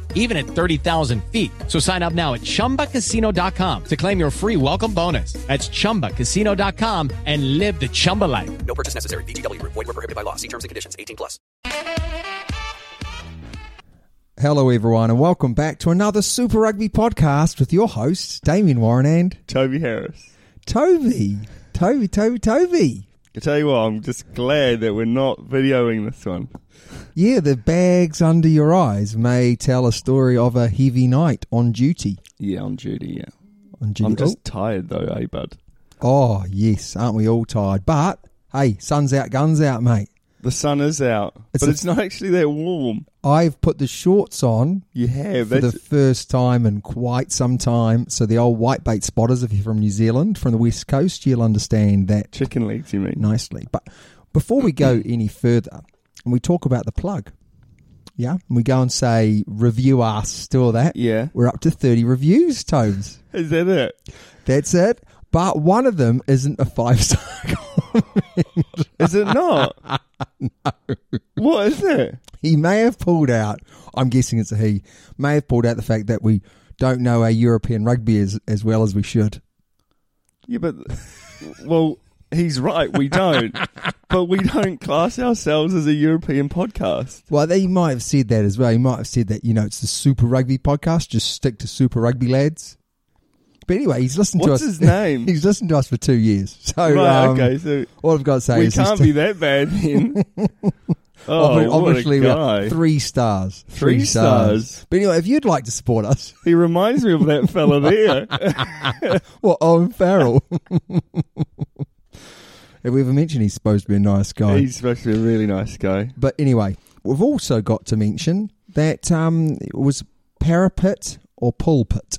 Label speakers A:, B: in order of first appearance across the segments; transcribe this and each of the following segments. A: even at 30,000 feet. So sign up now at chumbacasino.com to claim your free welcome bonus. That's chumbacasino.com and live the Chumba life.
B: No purchase necessary. BGW. Void were prohibited by law. See terms and conditions. 18 plus.
C: Hello, everyone, and welcome back to another Super Rugby podcast with your hosts, Damien Warren and
D: Toby Harris.
C: Toby. Toby, Toby, Toby.
D: I tell you what, I'm just glad that we're not videoing this one.
C: Yeah, the bags under your eyes may tell a story of a heavy night on duty.
D: Yeah, on duty, yeah.
C: On duty.
D: I'm just tired though, eh, bud?
C: oh, oh, yes, aren't we all tired? But hey, sun's out, guns out, mate.
D: The sun is out,
C: It's
D: but
C: a-
D: it's not actually that warm.
C: I've put the shorts on
D: You have.
C: for the
D: That's,
C: first time in quite some time. So the old whitebait spotters, if you're from New Zealand, from the west coast, you'll understand that
D: chicken legs, you mean?
C: nicely. But before we go any further, and we talk about the plug, yeah, and we go and say review us, still that.
D: Yeah.
C: We're up to 30 reviews, Tones.
D: Is that it?
C: That's it. But one of them isn't a five star.
D: Is it not? no. What is it?
C: he may have pulled out, I'm guessing it's a he, may have pulled out the fact that we don't know our European rugby as, as well as we should.
D: Yeah, but well, he's right. We don't, but we don't class ourselves as a European podcast.
C: Well, they might have said that as well. He might have said that, you know, it's the Super Rugby podcast. Just stick to Super Rugby, lads. But anyway, he's listened
D: What's
C: to us.
D: his name?
C: he's listened to us for two years. So,
D: right.
C: um,
D: okay. So
C: all I've got to say
D: we
C: is he's
D: can't
C: t-
D: be that bad then. oh,
C: obvi-
D: what
C: obviously
D: a
C: we
D: guy.
C: are three stars.
D: Three stars.
C: But anyway, if you'd like to support us,
D: He reminds me of that fella there.
C: well, Owen Farrell. Have we ever mentioned he's supposed to be a nice guy?
D: He's supposed to be a really nice guy.
C: But anyway, we've also got to mention that um, it was parapet or pulpit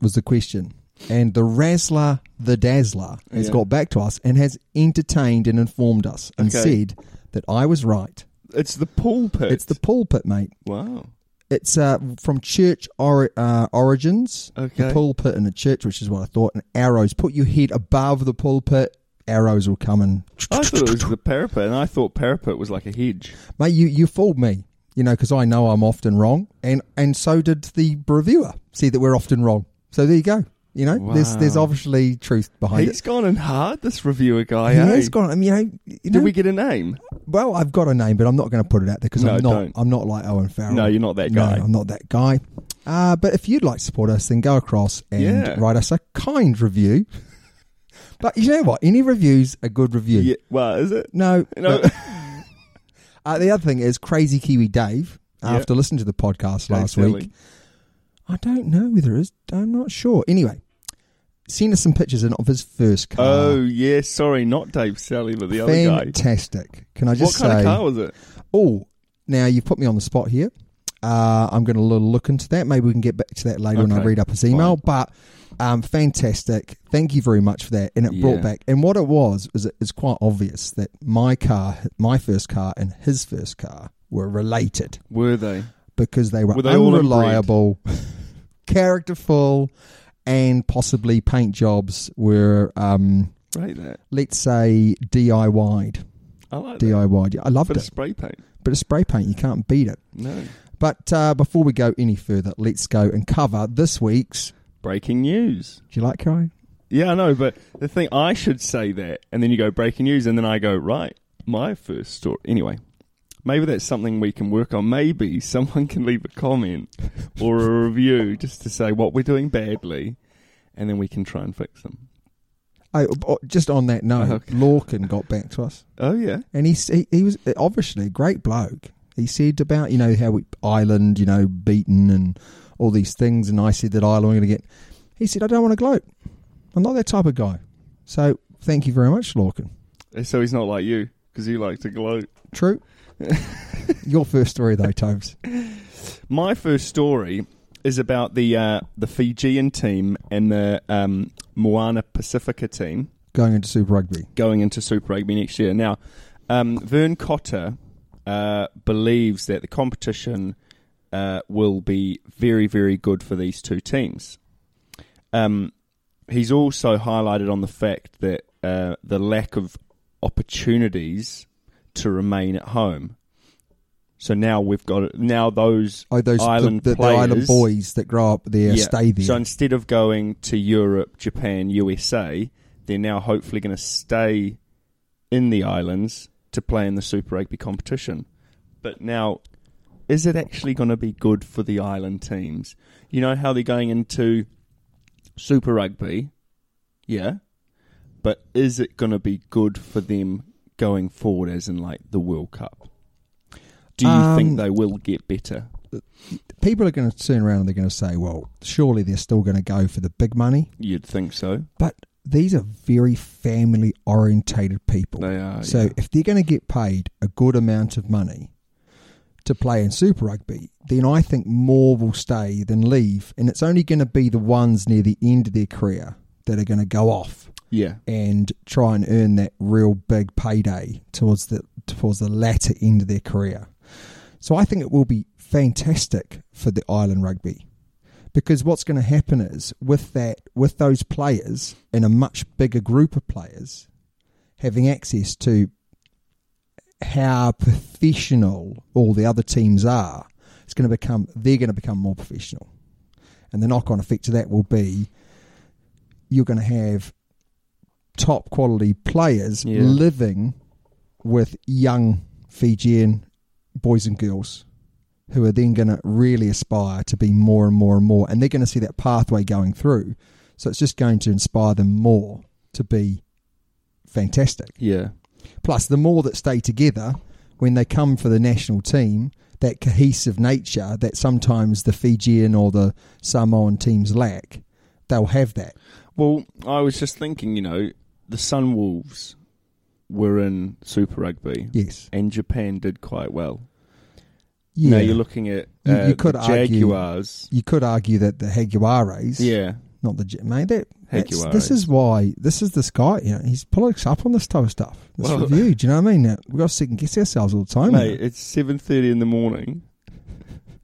C: was the question. And the Razzler the Dazzler has
D: Yeah.
C: got back to us and has entertained and informed us and
D: Okay.
C: said that I was right.
D: It's the pulpit.
C: It's the pulpit, mate.
D: wow.
C: It's uh, from church ori- uh, origins. The
D: Okay.
C: pulpit in a church, which is what I thought. And arrows. Put your head above the pulpit. Arrows will come and.
D: I thought it was the parapet, and I thought parapet was like a hedge.
C: Mate, you, you fooled me. You know, because I know I'm often wrong, and and so did the reviewer. See that we're often wrong. So there you go. You know, there's there's
D: Wow.
C: obviously truth behind
D: He's
C: it.
D: gone in hard. This reviewer guy.
C: He
D: eh?
C: has gone. I mean, you know, you know
D: Did we get a name?
C: well, I've got a name, but I'm not going to put it out there because
D: No,
C: I'm not.
D: don't.
C: I'm not like Owen Farrell.
D: No, you're not that guy.
C: No, I'm not that guy. Uh, but if you'd like to support us, then go across and
D: Yeah.
C: write us a kind review. but you know what? Any review's a good review.
D: Yeah. Well, is it?
C: No,
D: No.
C: but- Uh, the other thing is Crazy Kiwi Dave.
D: Yeah.
C: After listening to the podcast
D: Okay,
C: last
D: silly.
C: week, I don't know whether it is. I'm not sure. Anyway, send us some pictures in of his first car.
D: Oh yeah. Sorry, not Dave Sally, but the other guy.
C: fantastic! Can I
D: What
C: just
D: kind
C: say?
D: of car was it?
C: Oh, now you've put me on the spot here. Uh, I'm going to look into that. Maybe we can get back to that later when I
D: Okay,
C: read up his email. But um, fantastic. Thank you very much for that. And it brought
D: Yeah.
C: back. And what it was, is it- it's quite obvious that my car, my first car, and his first car were related
D: Were they?
C: because they were,
D: Were they all
C: unreliable, characterful, and possibly paint jobs were, um,
D: Right there.
C: let's say, DIY'd.
D: I like that.
C: DIY. I loved
D: Bit of
C: it.
D: spray paint.
C: But it's spray paint, you can't beat it.
D: No.
C: But uh, before we go any further, let's go and cover this week's.
D: Breaking news.
C: Do you like crying?
D: Yeah, I know, but the thing I should say that, and then you go breaking news, and then I go right. My first story. Anyway, maybe that's something we can work on. Maybe someone can leave a comment or a review just to say what we're doing badly, and then we can try and fix them.
C: Oh, oh, just on that note,
D: Okay.
C: Lorcan got back to us,
D: Oh yeah,
C: and he s- he, he was eh, obviously a great bloke. He said about you know how we, Ireland, you know, beaten and all these things, and I said that Ireland were going to get. He said, "I don't want to gloat. I'm not that type of guy." So thank you very much, Lorcan.
D: Uh, so he's not like you because you like to gloat.
C: True. Your first story though, Tobes.
D: My first story is about the uh, the Fijian team and the um, Moana Pacifica team.
C: Going into Super Rugby.
D: going into Super Rugby next year. Now, um, Vern Cotter uh, believes that the competition uh, will be very, very good for these two teams. Um, he's also highlighted on the fact that uh, the lack of opportunities to remain at home. So now we've got now those
C: Oh, those
D: island
C: the, the, the
D: players,
C: island boys that grow up there stay there.
D: so instead of going to Europe, Japan, USA, they're now hopefully going to stay in the islands to play in the Super Rugby competition. But now, is it actually going to be good for the island teams? You know how they're going into Super Rugby, yeah, but is it going to be good for them going forward, as in like the World Cup? Do you
C: Um,
D: think they will get better?
C: People are going to turn around and they're going to say, "Well, surely they're still going to go for the big money."
D: You'd think so.
C: But these are very family orientated people.
D: They are,
C: So
D: yeah.
C: if they're going to get paid a good amount of money to play in Super Rugby, then I think more will stay than leave, and it's only going to be the ones near the end of their career that are going to go off
D: Yeah.
C: and try and earn that real big payday towards the towards the latter end of their career. So I think it will be fantastic for the island rugby because what's going to happen is with that with those players and a much bigger group of players having access to how professional all the other teams are, it's going to become they're going to become more professional, and the knock on effect to that will be you're going to have top quality players
D: Yeah.
C: living with young Fijian boys and girls who are then going to really aspire to be more and more and more. And they're going to see that pathway going through. So it's just going to inspire them more to be fantastic.
D: Yeah.
C: Plus, the more that stay together when they come for the national team, that cohesive nature that sometimes the Fijian or the Samoan teams lack, they'll have that.
D: Well, I was just thinking, you know, the Sunwolves were in Super Rugby,
C: Yes.
D: and Japan did quite well.
C: Yeah.
D: Now you're looking at uh,
C: You- you could
D: the
C: argue-
D: Jaguars.
C: you could argue that the Haguares,
D: Yeah,
C: not the J- mate. That that's,
D: Haguares.
C: this is why this is this guy. You know, he's politics up on this type of stuff. This
D: Well-
C: review. Do you know what I mean? Now, We've got to second guess ourselves all the time.
D: mate, it's seven thirty in the morning,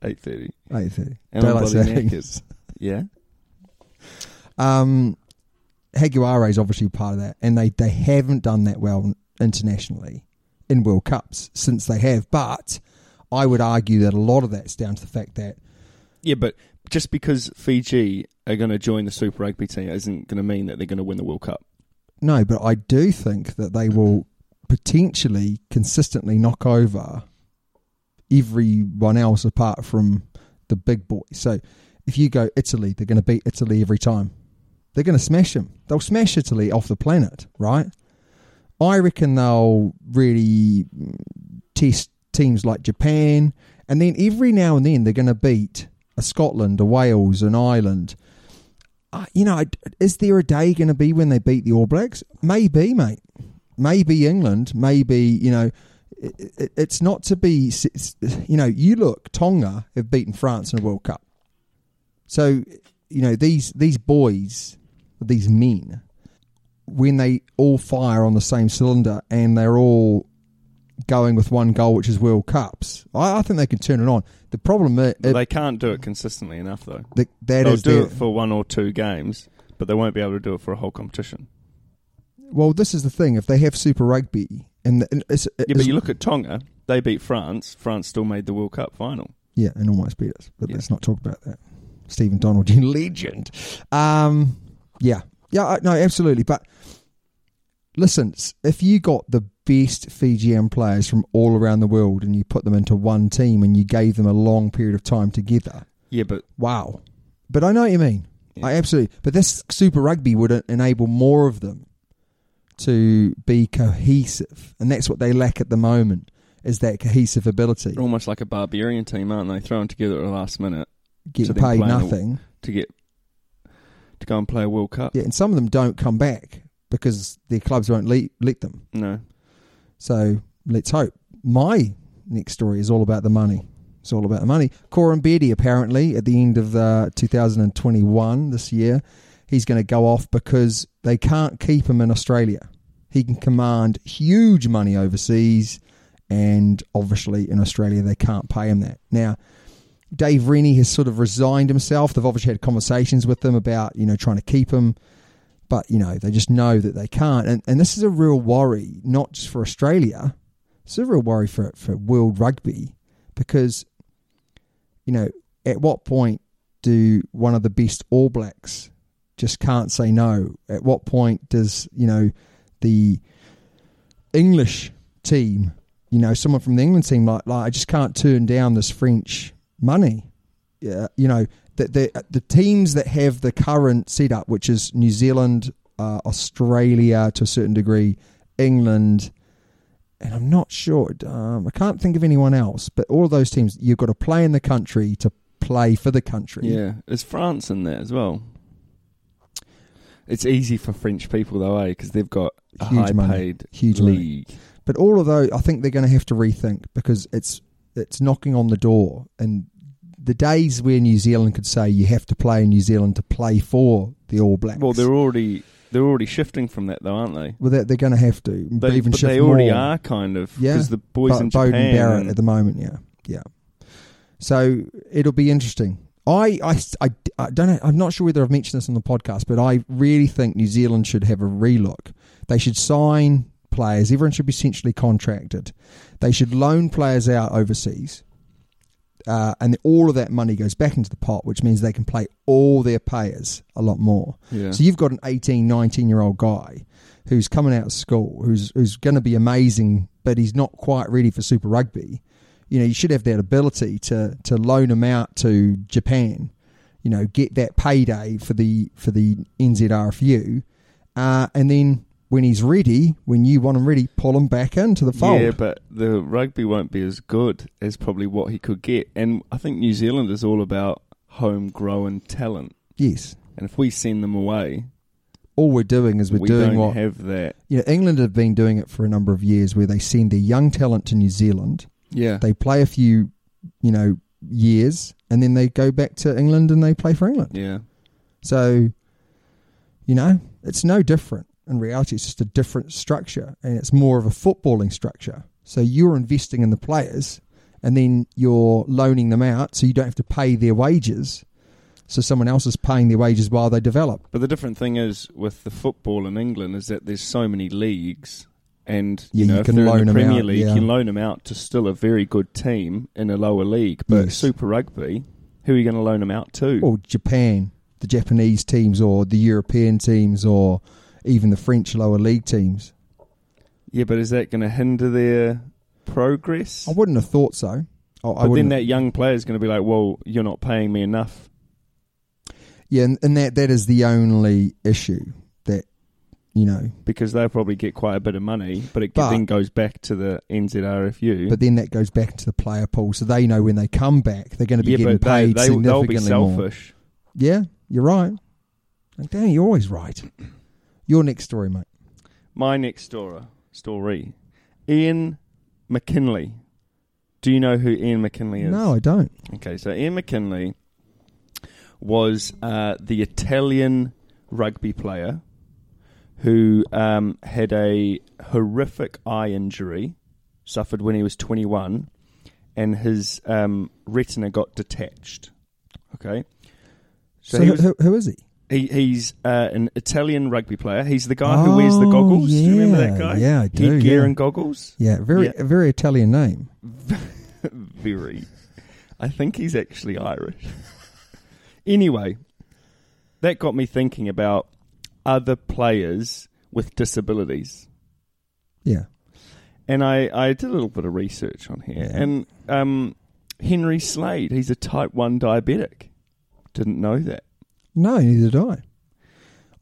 D: eight thirty,
C: eight thirty.
D: and I'm bloody knackered. Yeah,
C: Um, Haguara is obviously part of that, and they, they haven't done that well internationally in World Cups since they have. But I would argue that a lot of that's down to the fact that
D: yeah, but just because Fiji are going to join the Super Rugby team isn't going to mean that they're going to win the World Cup.
C: no, but I do think that they will potentially consistently knock over everyone else apart from the big boys. So if you go Italy, they're going to beat Italy every time. They're going to smash them. They'll smash Italy off the planet, right? I reckon they'll really mm, test teams like Japan, and then every now and then they're going to beat a Scotland, a Wales, an Ireland. Uh, you know, is there a day going to be when they beat the All Blacks? Maybe, mate. Maybe England. Maybe you know, it, it, it's not to be. s- s- You know, you look. Tonga have beaten France in a World Cup. So, you know, these these boys, these men, when they all fire on the same cylinder and they're all going with one goal, which is World Cups, I, I think they can turn it on. The problem is
D: But they can't do it consistently enough, though.
C: that, that
D: They'll
C: is
D: do
C: their-
D: it for one or two games, but they won't be able to do it for a whole competition.
C: Well, this is the thing. If they have Super Rugby And, and it's,
D: Yeah,
C: it's-
D: but you look at Tonga. They beat France. France still made the World Cup final.
C: Yeah, and almost beat us. But
D: Yeah.
C: let's not talk about that. Stephen Donald, you legend. Um, yeah, yeah, I- no, absolutely. But listen, s- if you got the best Fijian players from all around the world and you put them into one team and you gave them a long period of time together,
D: Yeah, but
C: wow. But I know what you mean. I absolutely. But this Super Rugby would en- enable more of them to be cohesive, and that's what they lack at the moment. Is that cohesive ability?
D: they're almost like a barbarian team, aren't they? Thrown together at the last minute
C: Get
D: So they're
C: paid
D: playing a-
C: nothing.
D: to get to go and play a World Cup.
C: Yeah, and some of them don't come back because their clubs won't let, let them.
D: No.
C: So let's hope. My next story is all about the money. It's all about the money. Corin Beatty, apparently, at the end of uh, 2021, this year, he's going to go off because they can't keep him in Australia. He can command huge money overseas, and obviously in Australia, they can't pay him that. Now, Dave Rennie has sort of resigned himself. They've obviously had conversations with him about, you know, trying to keep him but you know they just know that they can't and, and this is a real worry not just for australia it's a real worry for, for world rugby because you know at what point do one of the best all blacks just can't say no at what point does you know the english team you know someone from the england team like, like i just can't turn down this french money yeah, you know, the, the the teams that have the current setup, which is New Zealand, uh, Australia to a certain degree, England, and I'm not sure. Um, I can't think of anyone else, but all of those teams, you've got to play in the country to play for the country.
D: Yeah. Is France in there as well? It's easy for French people though, eh? Because they've got a
C: Huge
D: high
C: money.
D: paid
C: Huge money.
D: league.
C: But all of those, I think they're going to have to rethink because it's it's knocking on the door, and the days where New Zealand could say you have to play in New Zealand to play for the All Blacks.
D: Well, they're already they're already shifting from that though, aren't they?
C: well, they're, they're going to have to.
D: They,
C: even
D: but
C: shift
D: they already
C: more.
D: are kind of
C: Yeah,
D: because the boys
C: Bo-
D: in Japan
C: Bowden Barrett
D: and-
C: at the moment, yeah, yeah. So it'll be interesting. I, I, I, I don't know. I'm not sure whether I've mentioned this on the podcast, but I really think New Zealand should have a relook. They should sign players. Everyone should be essentially contracted. They should loan players out overseas, uh, and all of that money goes back into the pot, which means they can play all their payers a lot more.
D: Yeah.
C: So you've got an 18, 19 year old guy who's coming out of school, who's who's going to be amazing, but he's not quite ready for Super Rugby. You know, you should have that ability to to loan him out to Japan. You know, get that payday for the for the NZRFU, uh, and then when he's ready, when you want him ready, pull him back into the fold.
D: Yeah, but the rugby won't be as good as probably what he could get. And I think New Zealand is all about homegrown talent.
C: yes,
D: And if we send them away,
C: all we're doing is we're
D: we
C: doing
D: don't
C: what
D: have that.
C: you know. England have been doing it for a number of years, where they send their young talent to New Zealand.
D: Yeah.
C: They play a few, you know, years, and then they go back to England and they play for England.
D: yeah.
C: So, you know, it's no different. In reality, it's just a different structure and it's more of a footballing structure. So you're investing in the players and then you're loaning them out so you don't have to pay their wages. So someone else is paying their wages while they develop.
D: But the different thing is with the football in England is that there's so many leagues, and
C: Yeah,
D: you know
C: you
D: if
C: can
D: they're
C: loan
D: in
C: 'em
D: the Premier
C: out,
D: League,
C: yeah.
D: you can loan them out to still a very good team in a lower league. But
C: Yes.
D: Super Rugby, who are you going to loan them out to?
C: Or Japan, the Japanese teams or the European teams or even the French lower league teams.
D: Yeah, but is that going to hinder their progress?
C: I wouldn't have thought so. I, I
D: but
C: wouldn't
D: then
C: have-
D: that young player is going to be like, "Well, you're not paying me enough."
C: yeah, and, and that, that is the only issue that, you know,
D: because they probably get quite a bit of money, but it
C: But-
D: then goes back to the NZRFU.
C: But then that goes back to the player pool, so they know when they come back, they're going to be
D: yeah,
C: getting
D: but they,
C: paid
D: they, they'll be
C: significantly more.
D: selfish.
C: Yeah, you're right. Like, damn, you're always right. Your next story, mate.
D: My next story, story, Ian McKinley. Do you know who Ian McKinley is?
C: No, I don't.
D: Okay, so Ian McKinley was uh, the Italian rugby player who um, had a horrific eye injury suffered when he was 21, and his um, retina got detached. Okay,
C: So,
D: he
C: who,
D: was-
C: who, who is he?
D: He, he's uh, an Italian rugby player. He's the guy who wears the
C: Oh,
D: goggles. do you remember
C: yeah.
D: that guy?
C: Yeah, I do,
D: Headgear
C: yeah.
D: and goggles.
C: Yeah, very
D: Yeah.
C: a very Italian name.
D: Very. I think he's actually Irish. anyway, that got me thinking about other players with disabilities.
C: Yeah.
D: and I, I did a little bit of research on here.
C: Yeah.
D: And um, Henry Slade, he's a type 1 diabetic. Didn't know that,
C: No, neither did I.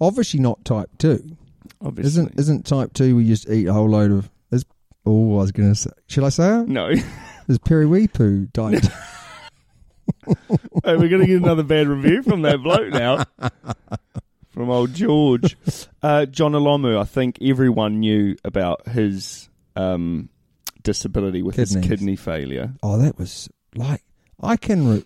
C: Obviously not type two.
D: obviously.
C: Isn't isn't type two we just eat a whole load of is oh I was gonna say should I say it?
D: No.
C: Is periwipu diet.
D: Hey, we're going to get another bad review from that bloke now. From old George. Uh, John Olomu, I think everyone knew about his um, disability with his
C: Kidneys.
D: kidney failure.
C: oh that was like I can re-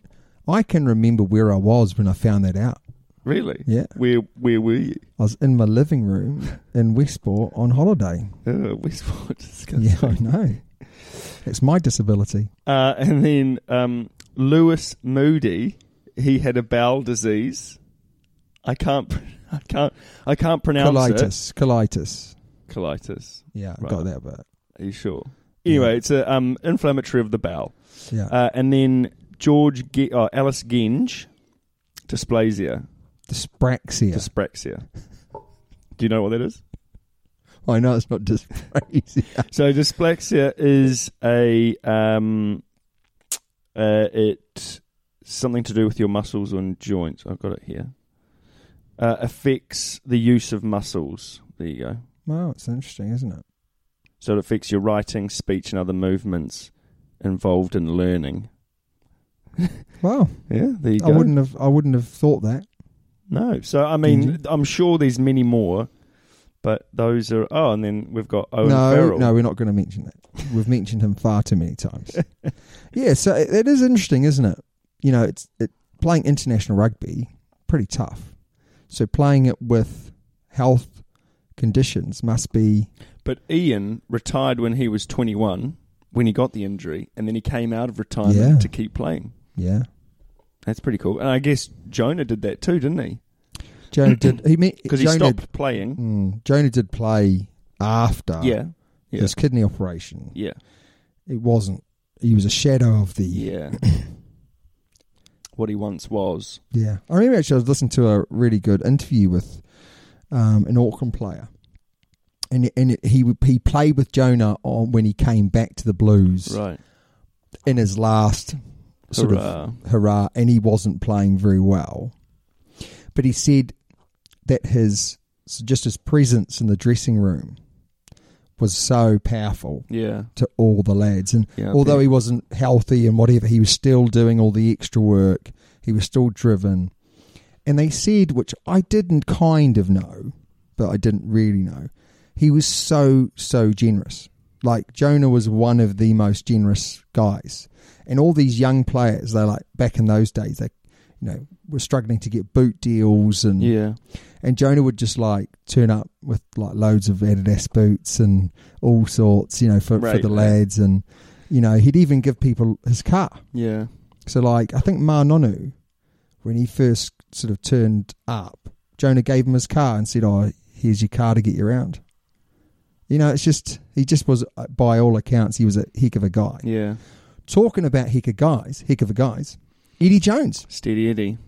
C: I can remember where I was when I found that out.
D: Really?
C: Yeah.
D: Where where were you?
C: I was in my living room in Westport on holiday.
D: Oh, Westport. Disgusting.
C: Yeah, I know. It's my disability.
D: Uh, and then um, Lewis Moody, he had a bowel disease. I can't, I can't, I can't pronounce it.
C: Colitis. Colitis.
D: Colitis.
C: Yeah, I
D: Right.
C: got that bit.
D: Are you sure? Anyway, it's a um, inflammatory of the bowel.
C: Yeah.
D: Uh, and then George, Ge- oh, Alice Genge, dysplasia,
C: dyspraxia.
D: dyspraxia. Do you know what that is?
C: I know it's not dyspraxia.
D: So dysplaxia is a um, uh, it something to do with your muscles and joints. I've got it here. Uh, affects the use of muscles. There you go.
C: wow, it's interesting, isn't it?
D: So it affects your writing, speech, and other movements involved in learning.
C: Wow,
D: Yeah, there you
C: I
D: go.
C: wouldn't have. I wouldn't have thought that.
D: No, so I mean,
C: Did
D: I'm sure there's many more, but those are. Oh, and then we've got Owen
C: no,
D: Farrell.
C: no, we're not going to mention that. We've mentioned him far too many times. yeah, so it, it is interesting, isn't it? You know, it's it, playing international rugby pretty tough. So playing it with health conditions must be
D: But Ian retired when he was 21 when he got the injury, and then he came out of retirement
C: Yeah.
D: to keep playing.
C: yeah.
D: That's pretty cool. And I guess Jonah did that too, didn't he?
C: Jonah did he meant
D: Because he
C: Jonah-
D: stopped playing.
C: Mm, Jonah did play after
D: Yeah. Yeah.
C: his kidney operation.
D: Yeah.
C: It wasn't. He was a shadow of the
D: Yeah. what he once was.
C: Yeah, I remember actually I was listening to a really good interview with um, an Auckland player, and and he he played with Jonah on when he came back to the Blues
D: Right.
C: in his last sort
D: Hurrah.
C: of hurrah, and he wasn't playing very well, but he said that his just his presence in the dressing room was so powerful
D: Yeah.
C: to all the lads. And
D: Yeah, I
C: although
D: bet.
C: he wasn't healthy and whatever, he was still doing all the extra work. He was still driven. And they said, which I didn't kind of know, but I didn't really know, he was so, so generous. Like Jonah was one of the most generous guys. And all these young players, they're like back in those days, they you know, were struggling to get boot deals and
D: Yeah.
C: and Jonah would just like turn up with like loads of Adidas boots and all sorts, you know, for, for
D: Right,
C: the
D: right.
C: lads. And, you know, he'd even give people his car.
D: Yeah.
C: So, like, I think Ma Nonu, when he first sort of turned up, Jonah gave him his car and said, Oh, here's your car to get you around. You know, it's just, he just was, uh, by all accounts, he was a heck of a guy.
D: Yeah.
C: Talking about heck of guys, heck of a guys, Eddie Jones.
D: Steady Eddie.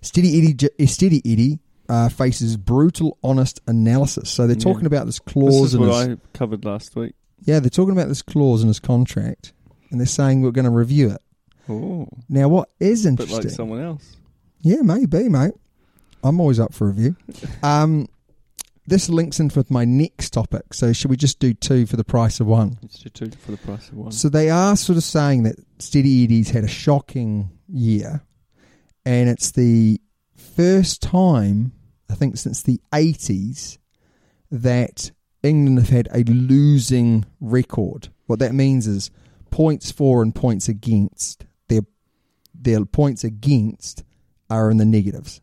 C: Steady Eddie, J- eh, Steady Eddie uh, faces brutal, honest analysis. So they're talking about this
D: This
C: clause.
D: is
C: in
D: what
C: his,
D: I covered last week.
C: yeah, they're talking about this clause in his contract, and they're saying we're going to review it.
D: Oh.
C: Now, what is
D: But
C: interesting?
D: like someone else.
C: yeah, maybe, mate. I'm always up for review. Um, this links in with my next topic. So should we just do two for the price of one?
D: It's just two for the price of one.
C: So they are sort of saying that Steady Eddie's had a shocking year, and it's the first time I think since the eighties that England have had a losing record. What that means is points for and points against. Their their points against are in the negatives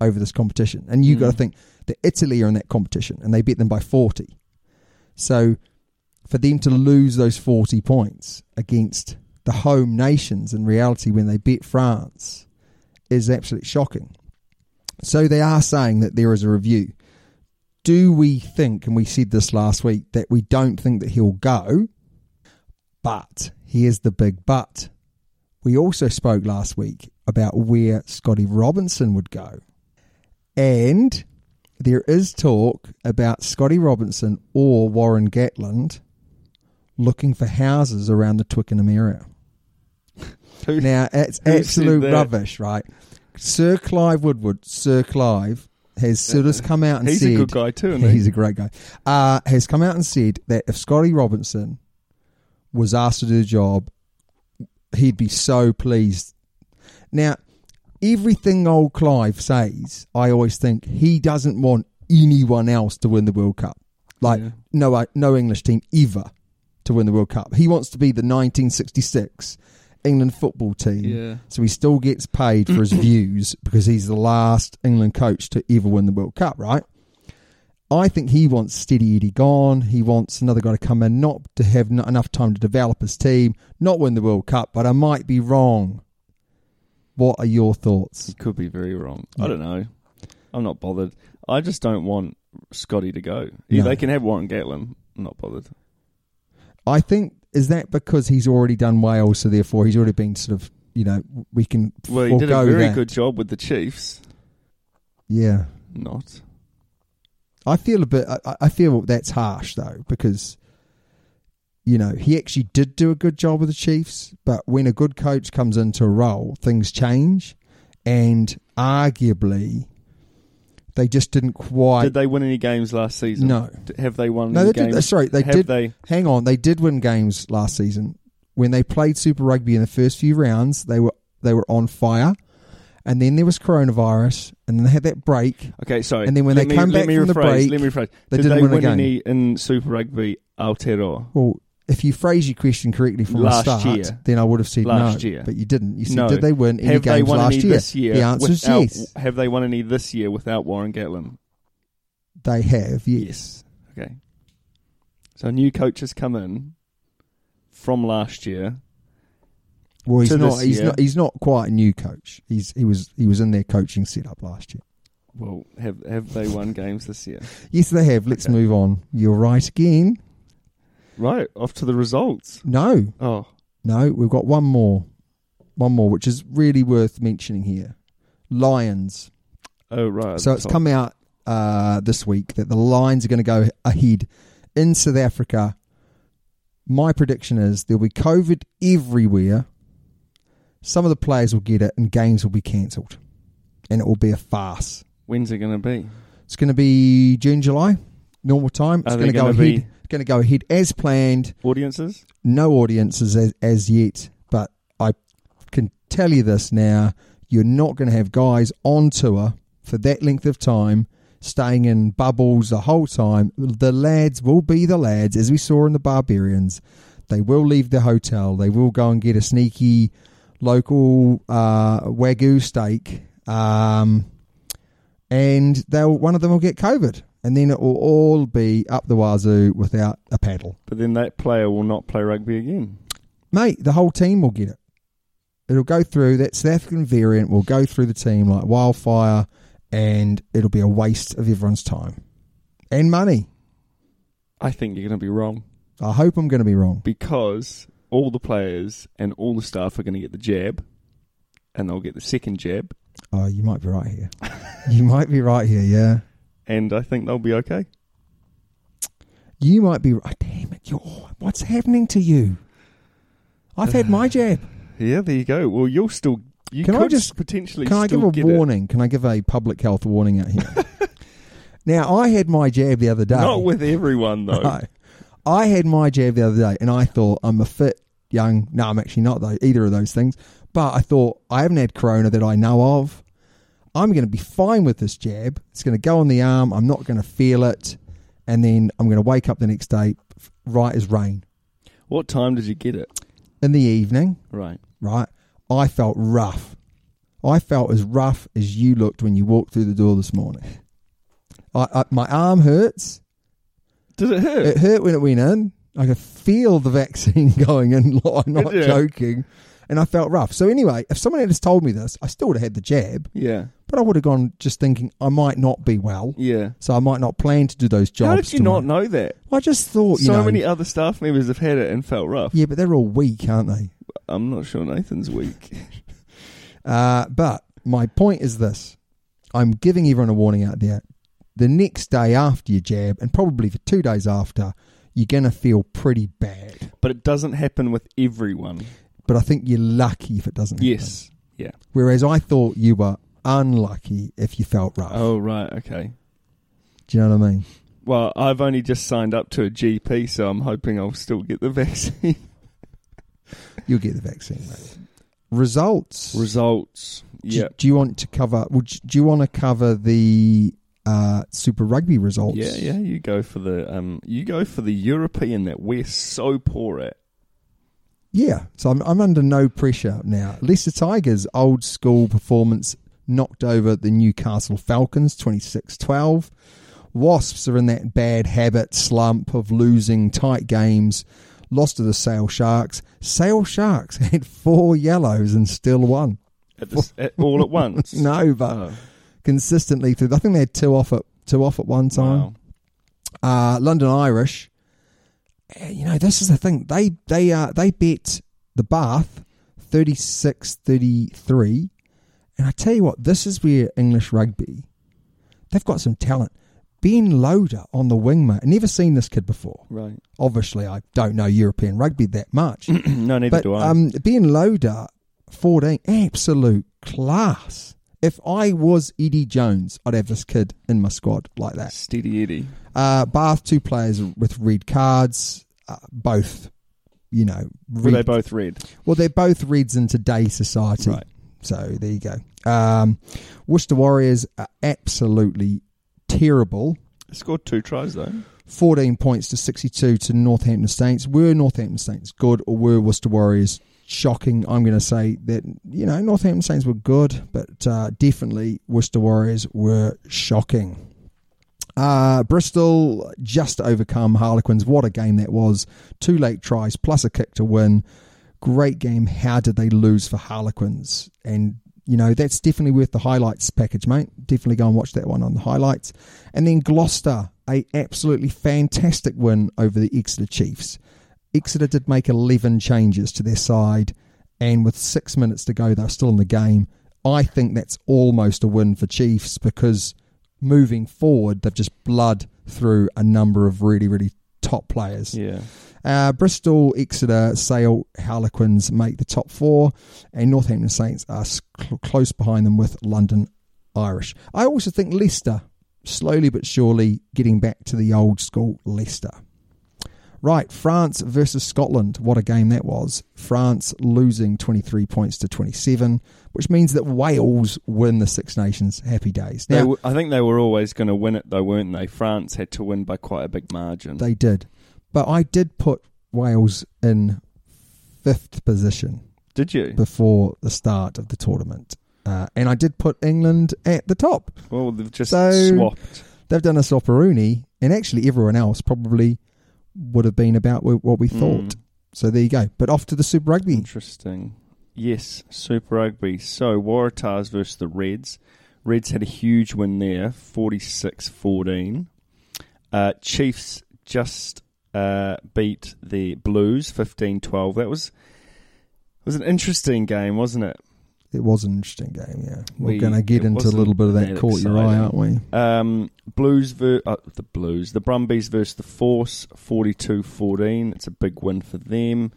C: over this competition, and you've got to think that Italy are in that competition, and they beat them by forty. So for them to lose those 40 points against the home nations in reality when they beat France is absolutely shocking. So they are saying that there is a review. Do we think, and we said this last week, that we don't think that he'll go? But here's the big but. We also spoke last week about where Scotty Robinson would go. And there is talk about Scotty Robinson or Warren Gatland looking for houses around the Twickenham area.
D: Who-
C: Now it's
D: Who said
C: absolute
D: that?
C: rubbish, right? Sir Clive Woodward, Sir Clive has sort of come out and
D: He's
C: said
D: a good guy too, isn't he?
C: he's a great guy. Uh, has come out and said that if Scotty Robinson was asked to do the job, he'd be so pleased. Now, everything old Clive says, I always think he doesn't want anyone else to win the World Cup. Like
D: Yeah.
C: no uh, no English team ever to win the World Cup. He wants to be the 1966 England football team.
D: Yeah.
C: So he still gets paid for his views because he's the last England coach to ever win the World Cup, right? I think he wants Steady Eddie gone. He wants another guy to come in, not to have not enough time to develop his team, not win the World Cup, but I might be wrong. What are your thoughts?
D: He could be very wrong. I don't know. I'm not bothered. I just don't want Scotty to go. Yeah,
C: No.
D: They can have Warren Gatlin. I'm not bothered.
C: I think, is that because he's already done Wales, so therefore he's already been sort of, you know, we can
D: Well, he did
C: forego
D: a very
C: that.
D: good job with the Chiefs.
C: Yeah.
D: Not.
C: I feel a bit. I, I feel that's harsh though, because you know he actually did do a good job with the Chiefs, but when a good coach comes into a role, things change, and arguably they just didn't quite.
D: did they win any games last season?
C: No.
D: D- Have they won
C: no,
D: any
C: they did.
D: games?
C: Sorry, they
D: have
C: did.
D: They,
C: Hang on, they did win games last season when they played Super Rugby in the first few rounds. They were they were on fire, and then there was coronavirus, and then they had that break.
D: okay, sorry.
C: And then when
D: Let
C: they
D: me,
C: come
D: let
C: back
D: me
C: from
D: rephrase,
C: the break,
D: let me rephrase.
C: they
D: did
C: didn't
D: they
C: win a
D: win
C: game.
D: any in Super Rugby Aotearoa?
C: Well, if you phrase your question correctly from
D: Last
C: the start,
D: year.
C: then I would have said
D: Last
C: no.
D: year.
C: But you didn't. You said,
D: No.
C: did they win any
D: have
C: games
D: they won
C: last
D: any
C: year?
D: this year?
C: The answer is
D: without-
C: yes.
D: Have they won any this year without Warren Gatlin?
C: They have, yes.
D: Okay. So new coaches come in from last year.
C: Well, he's
D: To
C: not.
D: this
C: He's
D: year.
C: not. He's not quite a new coach. He's he was he was in their coaching setup last year.
D: Well, have have they won games this year?
C: Yes, they have. Let's
D: Okay.
C: move on. You're right again.
D: Right, off to the results.
C: No,
D: Oh,
C: no, we've got one more, one more, which is really worth mentioning here. Lions.
D: oh right. at
C: So
D: the
C: it's
D: top.
C: come out uh, this week that the Lions are going to go ahead in South Africa. My prediction is there'll be COVID everywhere. Some of the players will get it, and games will be cancelled, and it will be a farce.
D: When's it going to be?
C: It's going to be June, July, normal time. It's
D: Are
C: going
D: they
C: to go
D: gonna
C: ahead.
D: be-
C: Going to go ahead as planned.
D: Audiences?
C: No audiences as, as yet, but I can tell you this now: you're not going to have guys on tour for that length of time, staying in bubbles the whole time. The lads will be the lads, as we saw in the Barbarians. They will leave the hotel. They will go and get a sneaky local uh, wagyu steak, um, and they'll one of them will get COVID, and then it will all be up the wazoo without a paddle
D: But then that player will not play rugby again.
C: mate, the whole team will get it. It'll go through that South African variant will go through the team like wildfire, and it'll be a waste of everyone's time and money.
D: I think you're going to be wrong
C: I hope I'm going to be wrong.
D: because all the players and all the staff are going to get the jab, and they'll get the second jab,
C: Oh, you might be right here. you might be right here. Yeah,
D: and I think they'll be okay.
C: you might be right. Damn it! You're, what's happening to you? I've had my jab.
D: Yeah, there you go. Well, you'll still. You
C: Can I
D: could
C: just-
D: potentially?
C: Can I give
D: still
C: a
D: get it.
C: warning? Can I give a public health warning out here? now, I had my jab the other day.
D: Not with everyone though.
C: No. I had my jab the other day and I thought I'm a fit young. No, I'm actually not though, either of those things. But I thought I haven't had corona that I know of. I'm going to be fine with this jab. It's going to go on the arm. I'm not going to feel it. And then I'm going to wake up the next day f- right as rain.
D: What time did you get it?
C: In the evening,
D: Right.
C: right? I felt rough. I felt as rough as you looked when you walked through the door this morning. I, I, my arm hurts.
D: Did it hurt?
C: It hurt when it went in. I could feel the vaccine going in. I'm not
D: Did you?
C: joking. and I felt rough. So anyway, if someone had just told me this, I still would have had the jab,
D: Yeah.
C: but I would have gone just thinking I might not be well,
D: Yeah.
C: so I might not plan to do those jobs.
D: How did you
C: tomorrow.
D: not know that?
C: I just thought you
D: so
C: know,
D: many other staff members have had it and felt rough.
C: yeah, but they're all weak, aren't they?
D: I'm not sure Nathan's weak.
C: Uh, but my point is this I'm giving everyone a warning out there. The next day after your jab, and probably for two days after, you're going to feel pretty bad.
D: but it doesn't happen with everyone.
C: But I think you're lucky if it doesn't happen.
D: Yes. Yeah.
C: Whereas I thought you were unlucky if you felt rough.
D: Oh right. Okay.
C: Do you know what I mean?
D: Well, I've only just signed up to a GP, so I'm hoping I'll still get the vaccine.
C: You'll get the vaccine, mate. Results.
D: Results.
C: do,
D: Yeah.
C: do you want to cover? Would you, do you want to cover the uh, Super Rugby results?
D: Yeah, yeah. You go for the um. You go for the European that we're so poor at.
C: Yeah, so I'm, I'm under no pressure now. Leicester Tigers' old school performance knocked over the Newcastle Falcons 26 12. Wasps are in that bad habit slump of losing tight games, lost to the Sale Sharks. Sale Sharks had four yellows and still won.
D: At this, at, all at once.
C: No, but
D: Oh,
C: consistently through. I think they had two off at two off at one time
D: wow.
C: uh, London Irish. eh, You know, this is the thing. They they uh, they bet the Bath 36-33. And I tell you what, this is where English rugby they've got some talent. Ben Loader on the wing, mate. Never seen this kid before.
D: Right.
C: Obviously, I don't know European rugby that much.
D: No, neither
C: But
D: do I.
C: um, Ben Loader, 14, absolute class. If I was Eddie Jones, I'd have this kid in my squad like that.
D: Steady Eddie.
C: Uh, Bath, two players with red cards, uh, both, you know.
D: Were
C: Red,
D: they both red?
C: well, they're both reds in today's society.
D: Right.
C: So there you go. Um, Worcester Warriors are absolutely terrible.
D: Scored two tries though.
C: 14 points to 62 to Northampton Saints. Were Northampton Saints good or were Worcester Warriors shocking? I'm going to say that, you know, Northampton Saints were good, but uh, definitely Worcester Warriors were shocking. Uh, Bristol just overcome Harlequins. What a game that was. Two late tries plus a kick to win. Great game. How did they lose for Harlequins? And, you know, that's definitely worth the highlights package, mate. Definitely go and watch that one on the highlights. And then Gloucester, a absolutely fantastic win over the Exeter Chiefs. Exeter did make 11 changes to their side, and with six minutes to go, they're still in the game. I think that's almost a win for Chiefs because moving forward, they've just blood through a number of really, really top players.
D: Yeah.
C: Uh, Bristol, Exeter, Sale, Harlequins make the top four, and Northampton Saints are s- cl- close behind them with London Irish. I also think Leicester, slowly but surely, getting back to the old school Leicester. Right, France versus Scotland. What a game that was. France losing 23 points to 27, which means that Wales win the Six Nations. Happy days.
D: They
C: Now,
D: w- I think they were always going to win it, though, weren't they? France had to win by quite a big margin.
C: They did. But I did put Wales in fifth position
D: Did you?
C: before the start of the tournament. Uh, and I did put England at the top.
D: well, they've just
C: So-
D: swapped.
C: They've done us operoni, and actually everyone else probably would have been about wh- what we thought. So there you go. But off to the Super Rugby.
D: Hmm. Interesting. Yes, Super Rugby. So Waratahs versus the Reds. Reds had a huge win there, 46-14. Uh, Chiefs just uh, beat the Blues 15-12. That was was an interesting game, wasn't it?
C: It was an interesting game, yeah. We're
D: We-
C: going to
D: it
C: get into a little
D: wasn't
C: bit of that,
D: that
C: caught your eye,
D: exciting.
C: aren't we?
D: Um, Blues ver- uh, the Blues, the Brumbies versus the Force, 42-14. It's a big win for them.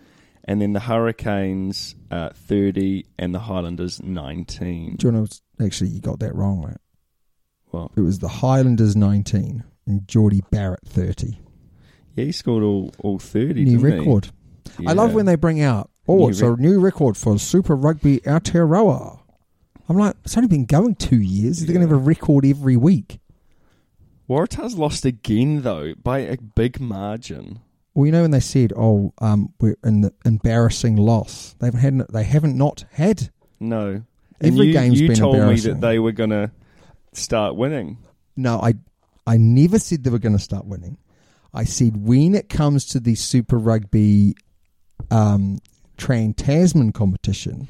D: And then the Hurricanes, uh, 30, and the Highlanders, 19.
C: Do you want to, actually, you got that wrong, mate.
D: Well,
C: It was the Highlanders 19 and Geordie Barrett 30.
D: yeah, he scored all, all 30,
C: New
D: didn't he?
C: record. I
D: Yeah.
C: love when they bring out, oh,
D: New
C: it's
D: rec-
C: a new record for Super Rugby Aotearoa. I'm like, it's only been going two years. They're going to have a record every week.
D: Waratahs lost again, though, by a big margin.
C: Well, you know when they said, oh, um, we're in the embarrassing loss. They haven't had, they haven't not had.
D: No.
C: Every
D: you,
C: game's
D: you
C: been
D: told me
C: embarrassing.
D: that they were going to start winning.
C: No, I, I never said they were going to start winning. I said when it comes to the Super Rugby um, Trans Tasman competition,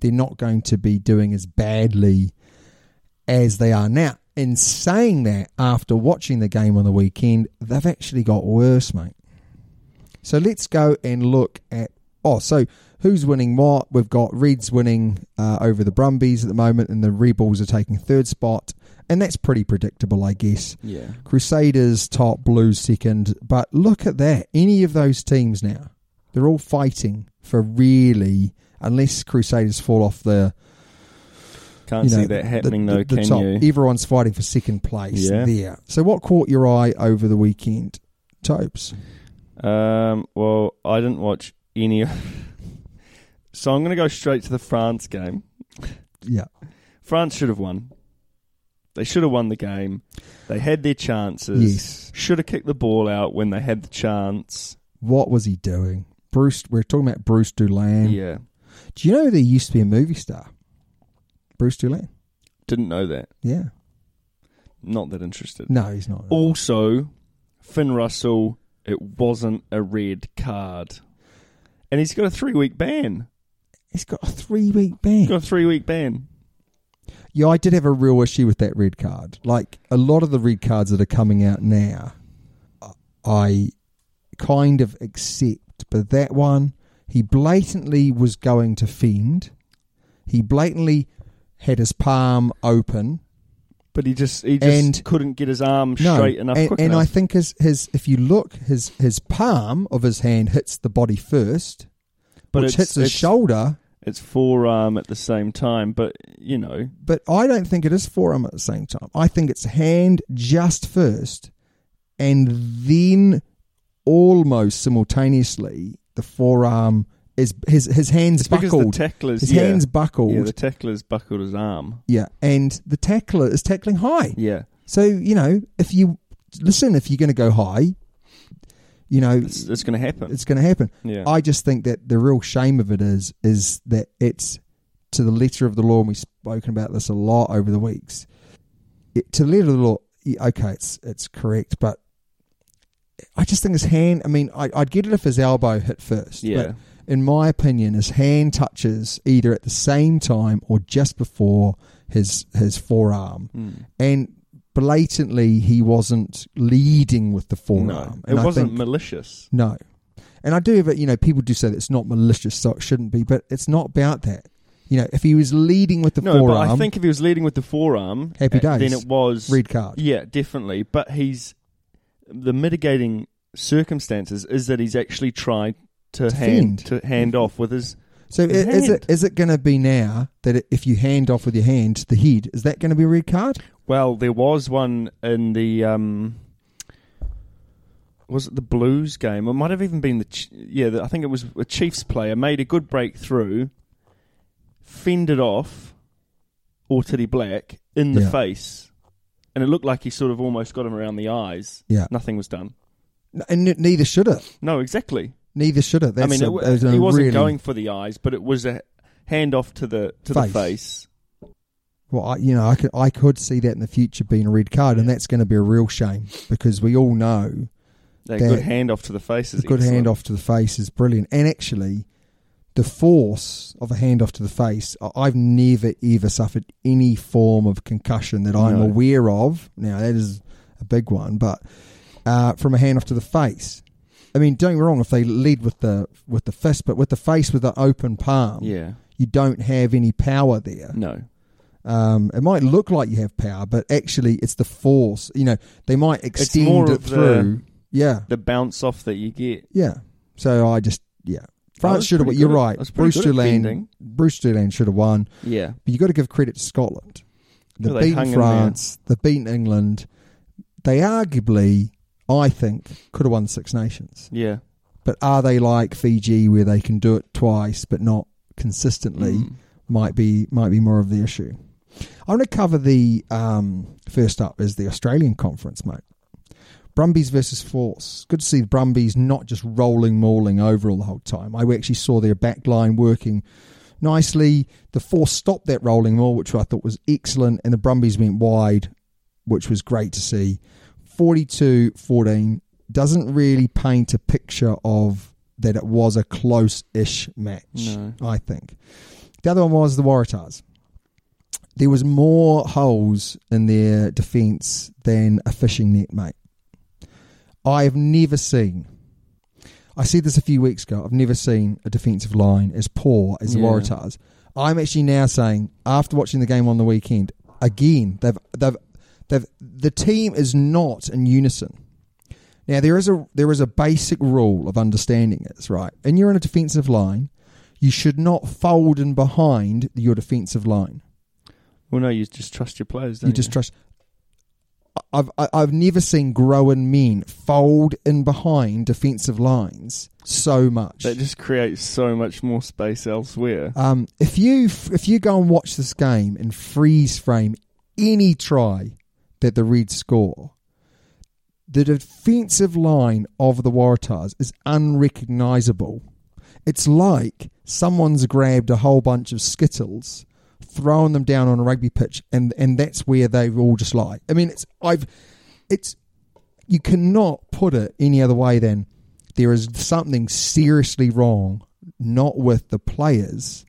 C: they're not going to be doing as badly as they are now. In saying that, after watching the game on the weekend, they've actually got worse, mate. So let's go and look at oh, so who's winning what? We've got Reds winning uh, over the Brumbies at the moment, and the Rebels are taking third spot, and that's pretty predictable, I guess.
D: Yeah.
C: Crusaders top, Blues second, but look at that! Any of those teams now, they're all fighting for really, unless Crusaders fall off the
D: Can't see that happening
C: the-
D: though,
C: the
D: can
C: top.
D: you?
C: Everyone's fighting for second place
D: Yeah.
C: there. So, what caught your eye over the weekend, Topes?
D: Um, well, I didn't watch any. of- so I'm going to go straight to the France game.
C: Yeah,
D: France should have won. They should have won the game. They had their chances.
C: Yes.
D: Should have kicked the ball out when they had the chance.
C: what was he doing, Bruce? We're talking about Bruce Dulan.
D: Yeah.
C: Do you know there used to be a movie star, Bruce Dulan?
D: Didn't know that.
C: Yeah,
D: Not that interested.
C: no, he's not.
D: Oh. Also, Finn Russell, it wasn't a red card. And he's got a three week ban.
C: He's got a three-week
D: He's got
C: ban.
D: a three week ban.
C: Yeah, I did have a real issue with that red card. Like a lot of the red cards that are coming out now, I kind of accept, but that one, he blatantly was going to fend. He blatantly had his palm open.
D: But he just he just
C: And-
D: couldn't get his arm
C: No,
D: straight enough
C: and,
D: quick
C: and
D: enough.
C: I think his, his if you look, his his palm of his hand hits the body first,
D: but
C: which
D: it's,
C: hits his
D: it's-
C: shoulder.
D: It's forearm at the same time, but you know,
C: but I don't think it is forearm at the same time. I think it's hand just first, and then almost simultaneously the forearm is his his hands
D: it's because the
C: buckled.
D: tackler's
C: his
D: yeah.
C: hands buckled.
D: Yeah,
C: Yeah,
D: the tackler's buckled his arm.
C: and the tackler is tackling high.
D: Yeah,
C: So you know if you listen, if you're going to go high, you know
D: it's, it's going to happen.
C: it's going to happen.
D: Yeah.
C: I just think that the real shame of it is is that it's to the letter of the law, and we've spoken about this a lot over the weeks. It, to the letter of the law, yeah, okay, it's it's correct, but I just think his hand. I mean, I, I'd get it if his elbow hit first.
D: Yeah.
C: But in my opinion, his hand touches either at the same time or just before his his forearm,
D: Hmm.
C: and blatantly he wasn't leading with the
D: no,
C: forearm.
D: it
C: And I
D: wasn't
C: think-
D: malicious.
C: no. And I do have it, you know, people do say that it's not malicious, so it shouldn't be, but it's not about that. You know, if he was leading with the
D: No,
C: forearm,
D: but I think if he was leading with the forearm,
C: Happy
D: uh,
C: days.
D: Then it was
C: red card.
D: Yeah, definitely. But he's the mitigating circumstances is that he's actually tried to,
C: To fend.
D: hand to hand off with his.
C: So i-
D: His
C: is
D: hand.
C: it is it going to be now that it, if you hand off with your hand to the head, is that going to be a red card?
D: Well, there was one in the um, was it the Blues game? It might have even been the Ch- yeah. The, I think it was a Chiefs player made a good breakthrough, fended off, or Teddy Black in the
C: Yeah.
D: face, and it looked like he sort of almost got him around the eyes.
C: Yeah.
D: nothing was done.
C: N- And n- neither should it.
D: No, exactly.
C: Neither should it. That's
D: I mean,
C: a,
D: it,
C: that is a
D: w- he wasn't
C: really-
D: going for the eyes, but it was a hand off to the to
C: Face.
D: the face.
C: Well, I, you know, I could, I could see that in the future being a red card, and that's going to be a real shame because we all know
D: That
C: That-
D: good hand off to the face is
C: a good
D: excellent.
C: hand off to the face is brilliant. And actually, the force of a hand off to the face, I- I've never ever suffered any form of concussion that I'm
D: No.
C: aware of. Now that is a big one, but uh, from a hand off to the face. I mean, don't get me wrong if they lead with the with the fist, but with the face with the open palm,
D: Yeah,
C: you don't have any power there.
D: no.
C: Um, it might look like you have power, but actually, it's the force. You know, they might extend
D: more
C: it
D: of the-
C: through. yeah,
D: the bounce off that you get.
C: yeah. So I just yeah. France
D: was
C: should have.
D: pretty
C: You're
D: good at-
C: right.
D: I was pretty
C: Bruce
D: good at
C: Dulan.
D: defending.
C: Bruce Dulan should have won.
D: Yeah.
C: But you got to give credit to Scotland. They've
D: Well, they hung
C: beaten
D: in there.
C: France. They've beaten England. They arguably, I think, could have won Six Nations.
D: Yeah.
C: But are they like Fiji, where they can do it twice but not consistently? Might be might be more of the issue. I want to cover the um, first up is the Australian conference, mate. Brumbies versus Force. Good to see the Brumbies not just rolling mauling over all the whole time. I actually saw their back line working nicely. The Force stopped that rolling maul, which I thought was excellent, and the Brumbies went wide, which was great to see. 42 14 doesn't really paint a picture of that it was a close-ish match. I think the other one was the Waratahs. There was more holes in their defence than a fishing net, mate. I've never seen. I said this a few weeks ago. I've never seen a defensive line as poor as the
D: Yeah.
C: Waratahs. I'm actually now saying, after watching the game on the weekend, again they've they've they've the team is not in unison. Now there is a there is a basic rule of understanding this, right? And you're in a defensive line, you should not fold in behind your defensive line.
D: Well, no, you just trust your players. Don't
C: You just trust. I've I- I've never seen grown men fold in behind defensive lines so much.
D: That just creates so much more space elsewhere.
C: Um, if you if you go and watch this game and freeze frame any try that the Reds score, the defensive line of the Waratahs is unrecognisable. It's like someone's grabbed a whole bunch of skittles, thrown them down on a rugby pitch, and and that's where they all just lie. I mean, it's I've it's you cannot put it any other way than there is something seriously wrong, not with the players,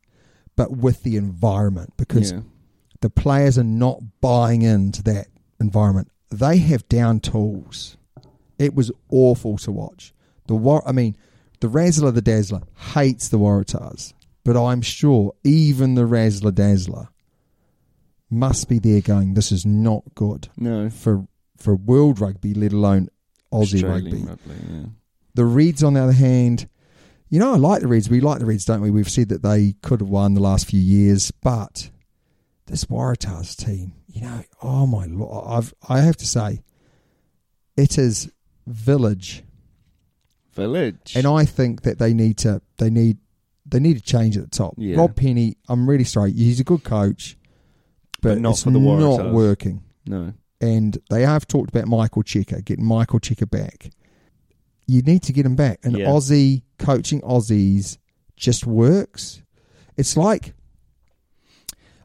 C: but with the environment, because
D: Yeah.
C: the players are not buying into that environment. They have down tools. It was awful to watch. The war, I mean, the Razzler the Dazzler hates the Waratahs, but I'm sure even the Razzler Dazzler must be there going, this is not good
D: No,
C: for for world rugby, let alone Aussie
D: Australian
C: rugby.
D: rugby, yeah.
C: The Reds, on the other hand, you know, I like the Reds. We like the Reds, don't we? We've said that they could have won the last few years, but this Waratahs team, you know, oh my lord, I've I have to say, it is village,
D: Village.
C: and I think that they need to they need they need to change at the top.
D: Yeah.
C: Rob Penny, I'm really sorry, he's a good coach, but,
D: not
C: it's
D: for the
C: not
D: Waratahs.
C: working
D: no.
C: and they have talked about Michael Checker, getting Michael Checker back. You need to get him back. And
D: Yeah.
C: Aussie coaching Aussies just works. It's like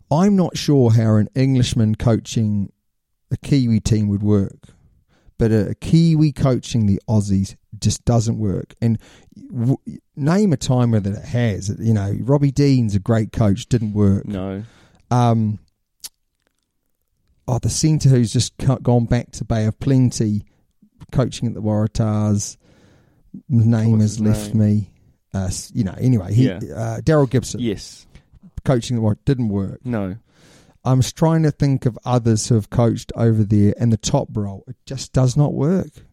C: I'm not sure how an Englishman coaching a Kiwi team would work, but a Kiwi coaching the Aussies just doesn't work. And w- name a time where that it has. You know, Robbie Dean's a great coach, didn't work
D: No.
C: um, oh, the centre who's just cut, gone back to Bay of Plenty, coaching at the Waratahs. Name
D: What's
C: has
D: his
C: left
D: name?
C: me. Uh, s- you know, anyway, he
D: Yeah.
C: uh, Daryl Gibson
D: Yes.
C: coaching the Waratahs didn't work.
D: No.
C: I'm just trying to think of others who have coached over there in the top role. It just does not work.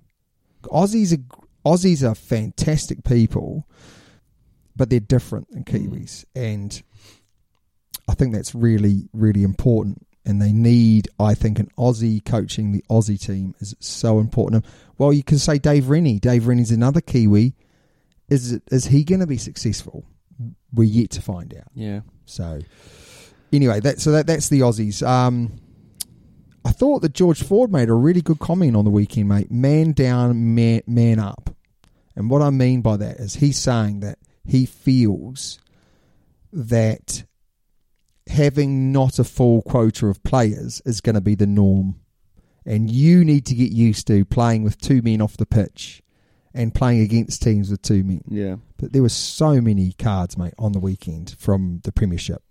C: Aussies are Aussies are fantastic people, but they're different than Kiwis, and I think that's really really important. And they need, I think, an Aussie coaching the Aussie team is so important. Well, you can say Dave Rennie. Dave Rennie's another Kiwi. Is it, is he going to be successful? We're yet to find out.
D: Yeah.
C: So anyway, that so that that's the Aussies. Um, I thought that George Ford made a really good comment on the weekend, mate. Man down, man, man up. And what I mean by that is he's saying that he feels that having not a full quota of players is going to be the norm. And you need to get used to playing with two men off the pitch and playing against teams with two men.
D: Yeah.
C: But there were so many cards, mate, on the weekend from the Premiership.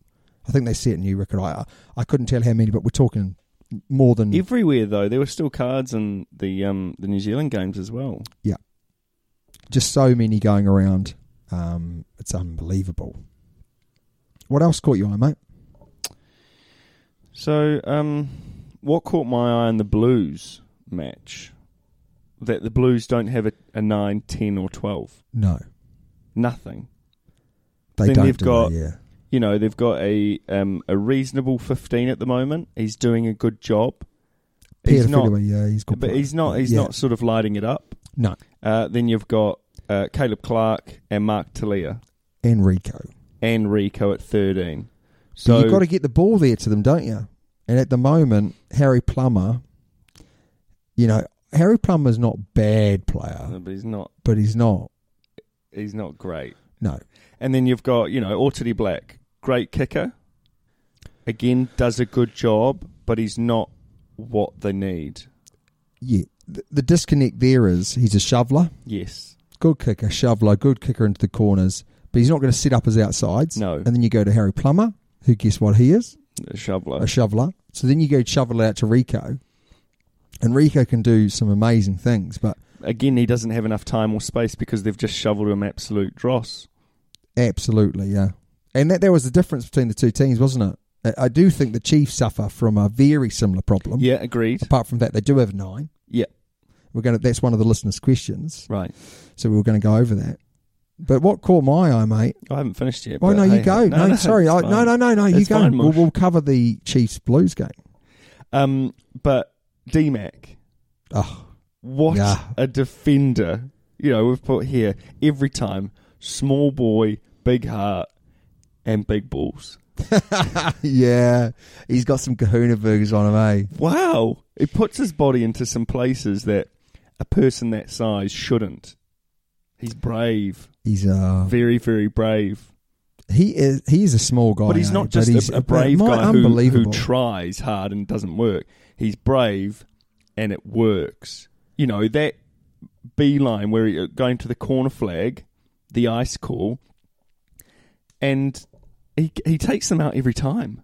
C: I think they set a new record. I I couldn't tell how many, but we're talking more than
D: Everywhere though, there were still cards in the um the New Zealand games as well.
C: just so many going around. Um, it's unbelievable. What else caught your eye, mate?
D: So, um, what caught my eye in the Blues match that the Blues don't have a, a 9, 10 or twelve.
C: No,
D: Nothing.
C: they
D: Then
C: don't.
D: they've
C: do
D: got-
C: that, yeah.
D: You know, they've got a um, a reasonable fifteen at the moment. He's doing a good job.
C: Peter
D: he's not,
C: Fittaway, yeah, he's good.
D: but
C: player.
D: he's not. He's
C: Yeah.
D: not sort of lighting it up.
C: No,
D: Uh, then you've got uh, Caleb Clark and Mark Talia
C: Enrico.
D: and Rico at 13.
C: So
D: So
C: you've got to get the ball there to them, don't you? And at the moment, Harry Plummer, you know, Harry Plummer's not bad player,
D: Uh, but he's not.
C: but he's not.
D: He's not great.
C: No,
D: And then you've got you know Ortidy Black, great kicker. Again, does a good job, but he's not what they need.
C: yeah. The, the disconnect there is he's a shoveler,
D: Yes,
C: good kicker, Shovler, good kicker into the corners, but he's not going to set up his outsides.
D: No.
C: And then you go to Harry Plummer, who guess what he is?
D: A shoveler.
C: a shoveler. So then you go shovel it out to Rico, and Rico can do some amazing things. But
D: Again, he doesn't have enough time or space because they've just shoveled him absolute dross.
C: absolutely, yeah. And that there was the difference between the two teams, wasn't it? I I do think the Chiefs suffer from a very similar problem.
D: Yeah, agreed.
C: Apart from that, they do have nine.
D: Yeah,
C: We're going to. That's one of the listeners' questions,
D: right.
C: so we were going to go over that. But what caught my eye, mate?
D: I haven't finished yet.
C: Oh
D: but
C: no,
D: hey,
C: you go.
D: hey.
C: No, sorry.
D: it's
C: I,
D: fine.
C: no, no, no, no. You
D: It's
C: go.
D: fine,
C: we'll,
D: Mush.
C: we'll cover the Chiefs Blues game.
D: Um, but DMAC,
C: Oh,
D: what
C: Yeah.
D: a defender. You know, we've put here every time small boy, big heart, and big balls.
C: yeah. He's got some Kahuna burgers on him, eh?
D: Wow. It puts his body into some places that a person that size shouldn't. He's brave.
C: He's uh,
D: Very, very brave.
C: He is he is a small guy,
D: but he's
C: eh?
D: not just
C: he's-
D: a, a brave
C: my-
D: guy who, who
C: Unbelievable.
D: tries hard and doesn't work. He's brave and it works. You know, that beeline where you're going to the corner flag, the ice call, and he, he takes them out every time.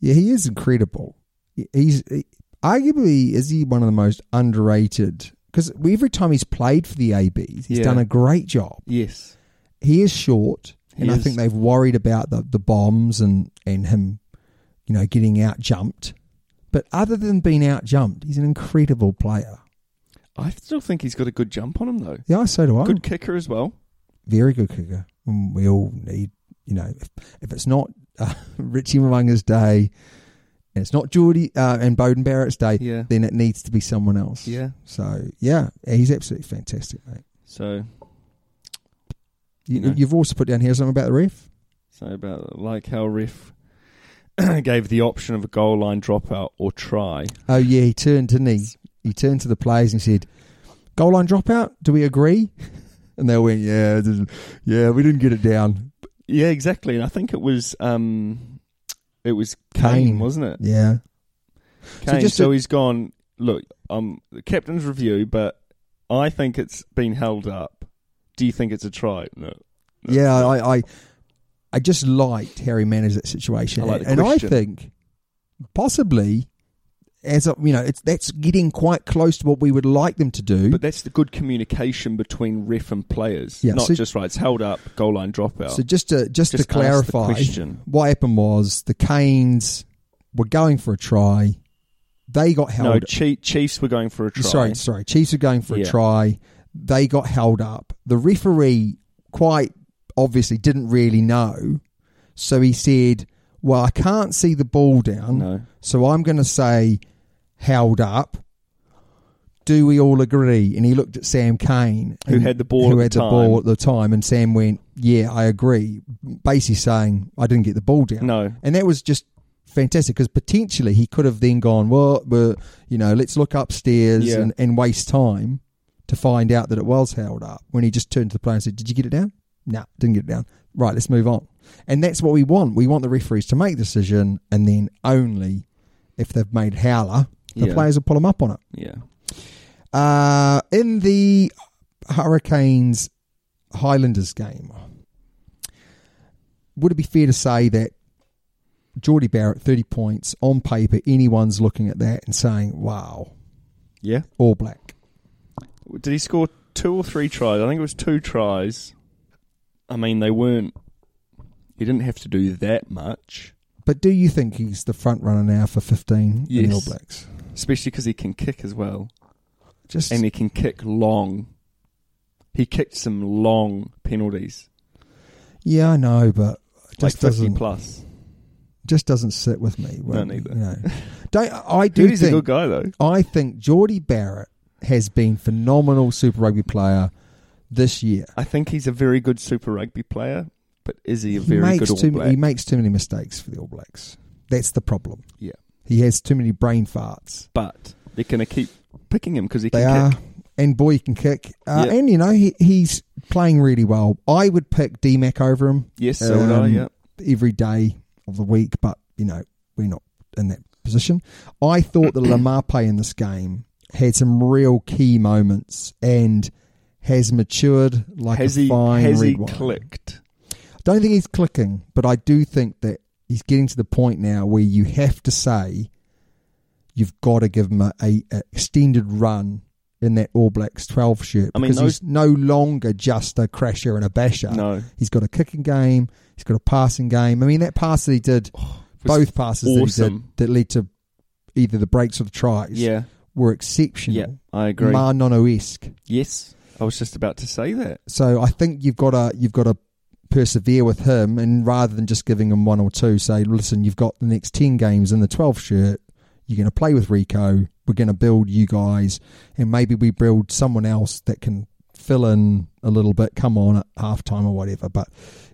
C: yeah, he is incredible. He- He's he, arguably is he one of the most underrated because every time he's played for the ABs, he's
D: Yeah.
C: done a great job.
D: Yes.
C: He is short,
D: He
C: and I
D: is.
C: think they've worried about the the bombs and and him, you know, getting out jumped. But other than being out jumped, he's an incredible player.
D: I still think he's got a good jump on him, though.
C: Yeah, so do I.
D: Good kicker as well.
C: very good kicker. And we all need, you know, if, if it's not uh, Richie Mwanga's day, and it's not Geordie uh, and Bowden Barrett's day,
D: Yeah.
C: then it needs to be someone else.
D: Yeah.
C: So yeah, he's absolutely fantastic, mate.
D: So,
C: You,
D: No.
C: You've also put down here something about the ref.
D: so about like how ref gave the option of a goal line dropout or try.
C: Oh yeah, he turned, didn't he? He turned to the players and he said, "Goal line dropout. Do we agree?" And they all went, "Yeah, this is- yeah, we didn't get it down."
D: Yeah, exactly. And I think it was um, it was Kane,
C: Kane.
D: wasn't it?
C: Yeah, So
D: Kane. So,
C: just to-
D: he's gone. Look, um, the captain's review, but I think it's been held up. Do you think it's a try? No. No.
C: Yeah, I, I, I just liked how he managed that situation,
D: I like the
C: and
D: question.
C: I think possibly as a, you know, it's that's getting quite close to what we would like them to do.
D: But that's the good communication between ref and players.
C: Yeah,
D: not
C: so-
D: just right. It's held up, goal line dropout.
C: so just to just,
D: Just
C: to
D: ask the
C: clarify,
D: question.
C: what happened was the Canes were going for a try. They got held.
D: no, Chie- Chiefs were going for a try.
C: Sorry, sorry. Chiefs are going for a
D: Yeah.
C: try. They got held up. The referee quite obviously didn't really know. So he said, Well, I can't see the ball down.
D: No.
C: So I'm going to say held up. Do we all agree? And he looked at Sam Kane,
D: Who
C: and-
D: had the ball
C: who
D: at
C: had
D: the
C: the ball at the time, and Sam went, "Yeah, I agree." Basically saying, "I didn't get the ball down."
D: No.
C: and that was just fantastic because potentially he could have then gone, "Well, we're, you know, let's look upstairs
D: Yeah.
C: and, and waste time to find out that it was held up." When he just turned to the player and said, "Did you get it down?" No, didn't get it down. Right, let's move on. And that's what we want. We want the referees to make the decision, and then only if they've made howler, the
D: Yeah.
C: players will pull them up on it.
D: Yeah.
C: Uh, in the Hurricanes Highlanders game, would it be fair to say that Geordie Barrett, 30 points on paper, anyone's looking at that and saying, wow,
D: Yeah.
C: all black?
D: Did he score two or three tries? I think it was two tries. I mean, they weren't. He didn't have to do that much,
C: But do you think he's the front runner now for 15 in
D: Yes.
C: the All Blacks?
D: especially because he can kick as well,
C: Just
D: and he can kick long. He kicked some long penalties,
C: yeah, I know, but it
D: like
C: just
D: fifty
C: doesn't
D: plus.
C: just doesn't sit with me. Well,
D: neither.
C: You know. Don't I do
D: Dude, he's a
C: think
D: good guy though.
C: I think Geordie Barrett has been phenomenal Super Rugby player this year.
D: I think he's a very good Super Rugby player, but is he a
C: He
D: very
C: makes
D: good All
C: too
D: Black?
C: he makes too many mistakes for the All Blacks. That's the problem.
D: yeah,
C: He has too many brain farts.
D: but they're going to keep picking him because he
C: They
D: can
C: are,
D: kick.
C: and boy, he can kick. Uh,
D: Yeah.
C: And you know he, he's playing really well. I would pick DMAC over him. um,
D: Yes, so would I, yeah.
C: every day of the week. But you know we're not in that position. I thought that Lamape in this game had some real key moments, and has matured like
D: has
C: a
D: he
C: fine
D: has
C: red
D: he
C: wine.
D: clicked?
C: Don't think he's clicking, but I do think that he's getting to the point now where you have to say you've got to give him a, a, a extended run in that All Blacks 12 shirt
D: I mean,
C: because
D: those-
C: he's no longer just a crasher and a basher.
D: No.
C: He's got a kicking game, he's got a passing game. I mean, that pass that he did,
D: Oh, was
C: both passes that, he
D: awesome.
C: did, that led to either the breaks or the tries
D: Yeah,
C: were exceptional.
D: yeah, I agree.
C: Manono-esque.
D: yes, I was just about to say that.
C: So I think you've got to you've got to persevere with him, and rather than just giving him one or two, say, listen, you've got the next ten games in the twelve shirt. You're going to play with Rico. We're going to build you guys, and maybe we build someone else that can fill in a little bit. Come on at halftime or whatever. But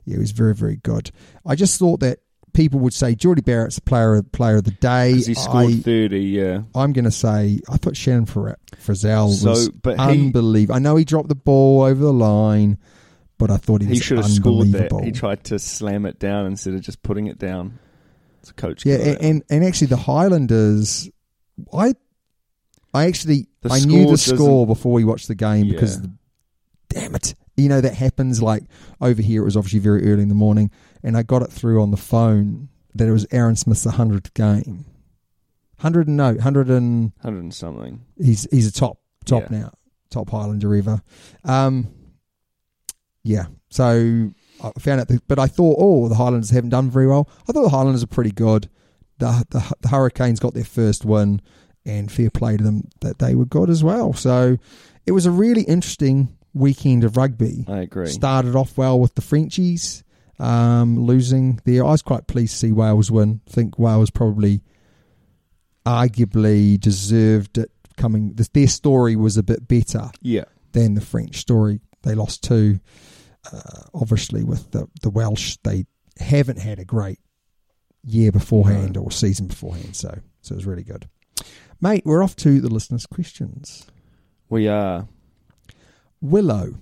C: yeah, he was very very good. I just thought that people would say Geordie Barrett's player player of the day.
D: 'Cause he scored
C: I-
D: thirty. Yeah,
C: I'm going to say I thought Shannon Fra- Frizzell was
D: So, but he-
C: unbelievable. I know he dropped the ball over the line, but I thought he
D: he
C: was
D: should have scored that.
C: unbelievable.
D: He tried to slam it down instead of just putting it down. It's a coach.
C: yeah,
D: call
C: and,
D: out.
C: and and actually the Highlanders, I, I actually
D: The
C: I knew the
D: score
C: score before we watched the game because
D: Yeah.
C: the, damn it, you know that happens. Like over here, it was obviously very early in the morning, and I got it through on the phone that it was Aaron Smith's 100th game, hundred and no, hundred and
D: hundred and something.
C: he's he's a top top
D: Yeah.
C: now, top Highlander ever. Um, yeah. So I found out, the, but I thought, oh, the Highlanders haven't done very well. I thought the Highlanders are pretty good. The, the the Hurricanes got their first win, and fair play to them that they were good as well. So it was a really interesting weekend of rugby.
D: I agree.
C: Started off well with the Frenchies um, losing there. I was quite pleased to see Wales win. I think Wales probably arguably deserved it coming. th- Their story was a bit better
D: Yeah,
C: than the French story. They lost two. Uh, obviously, with the, the Welsh, they haven't had a great year beforehand or season beforehand. So, so it was really good. Mate, we're off to the listeners' questions.
D: we are
C: Willow.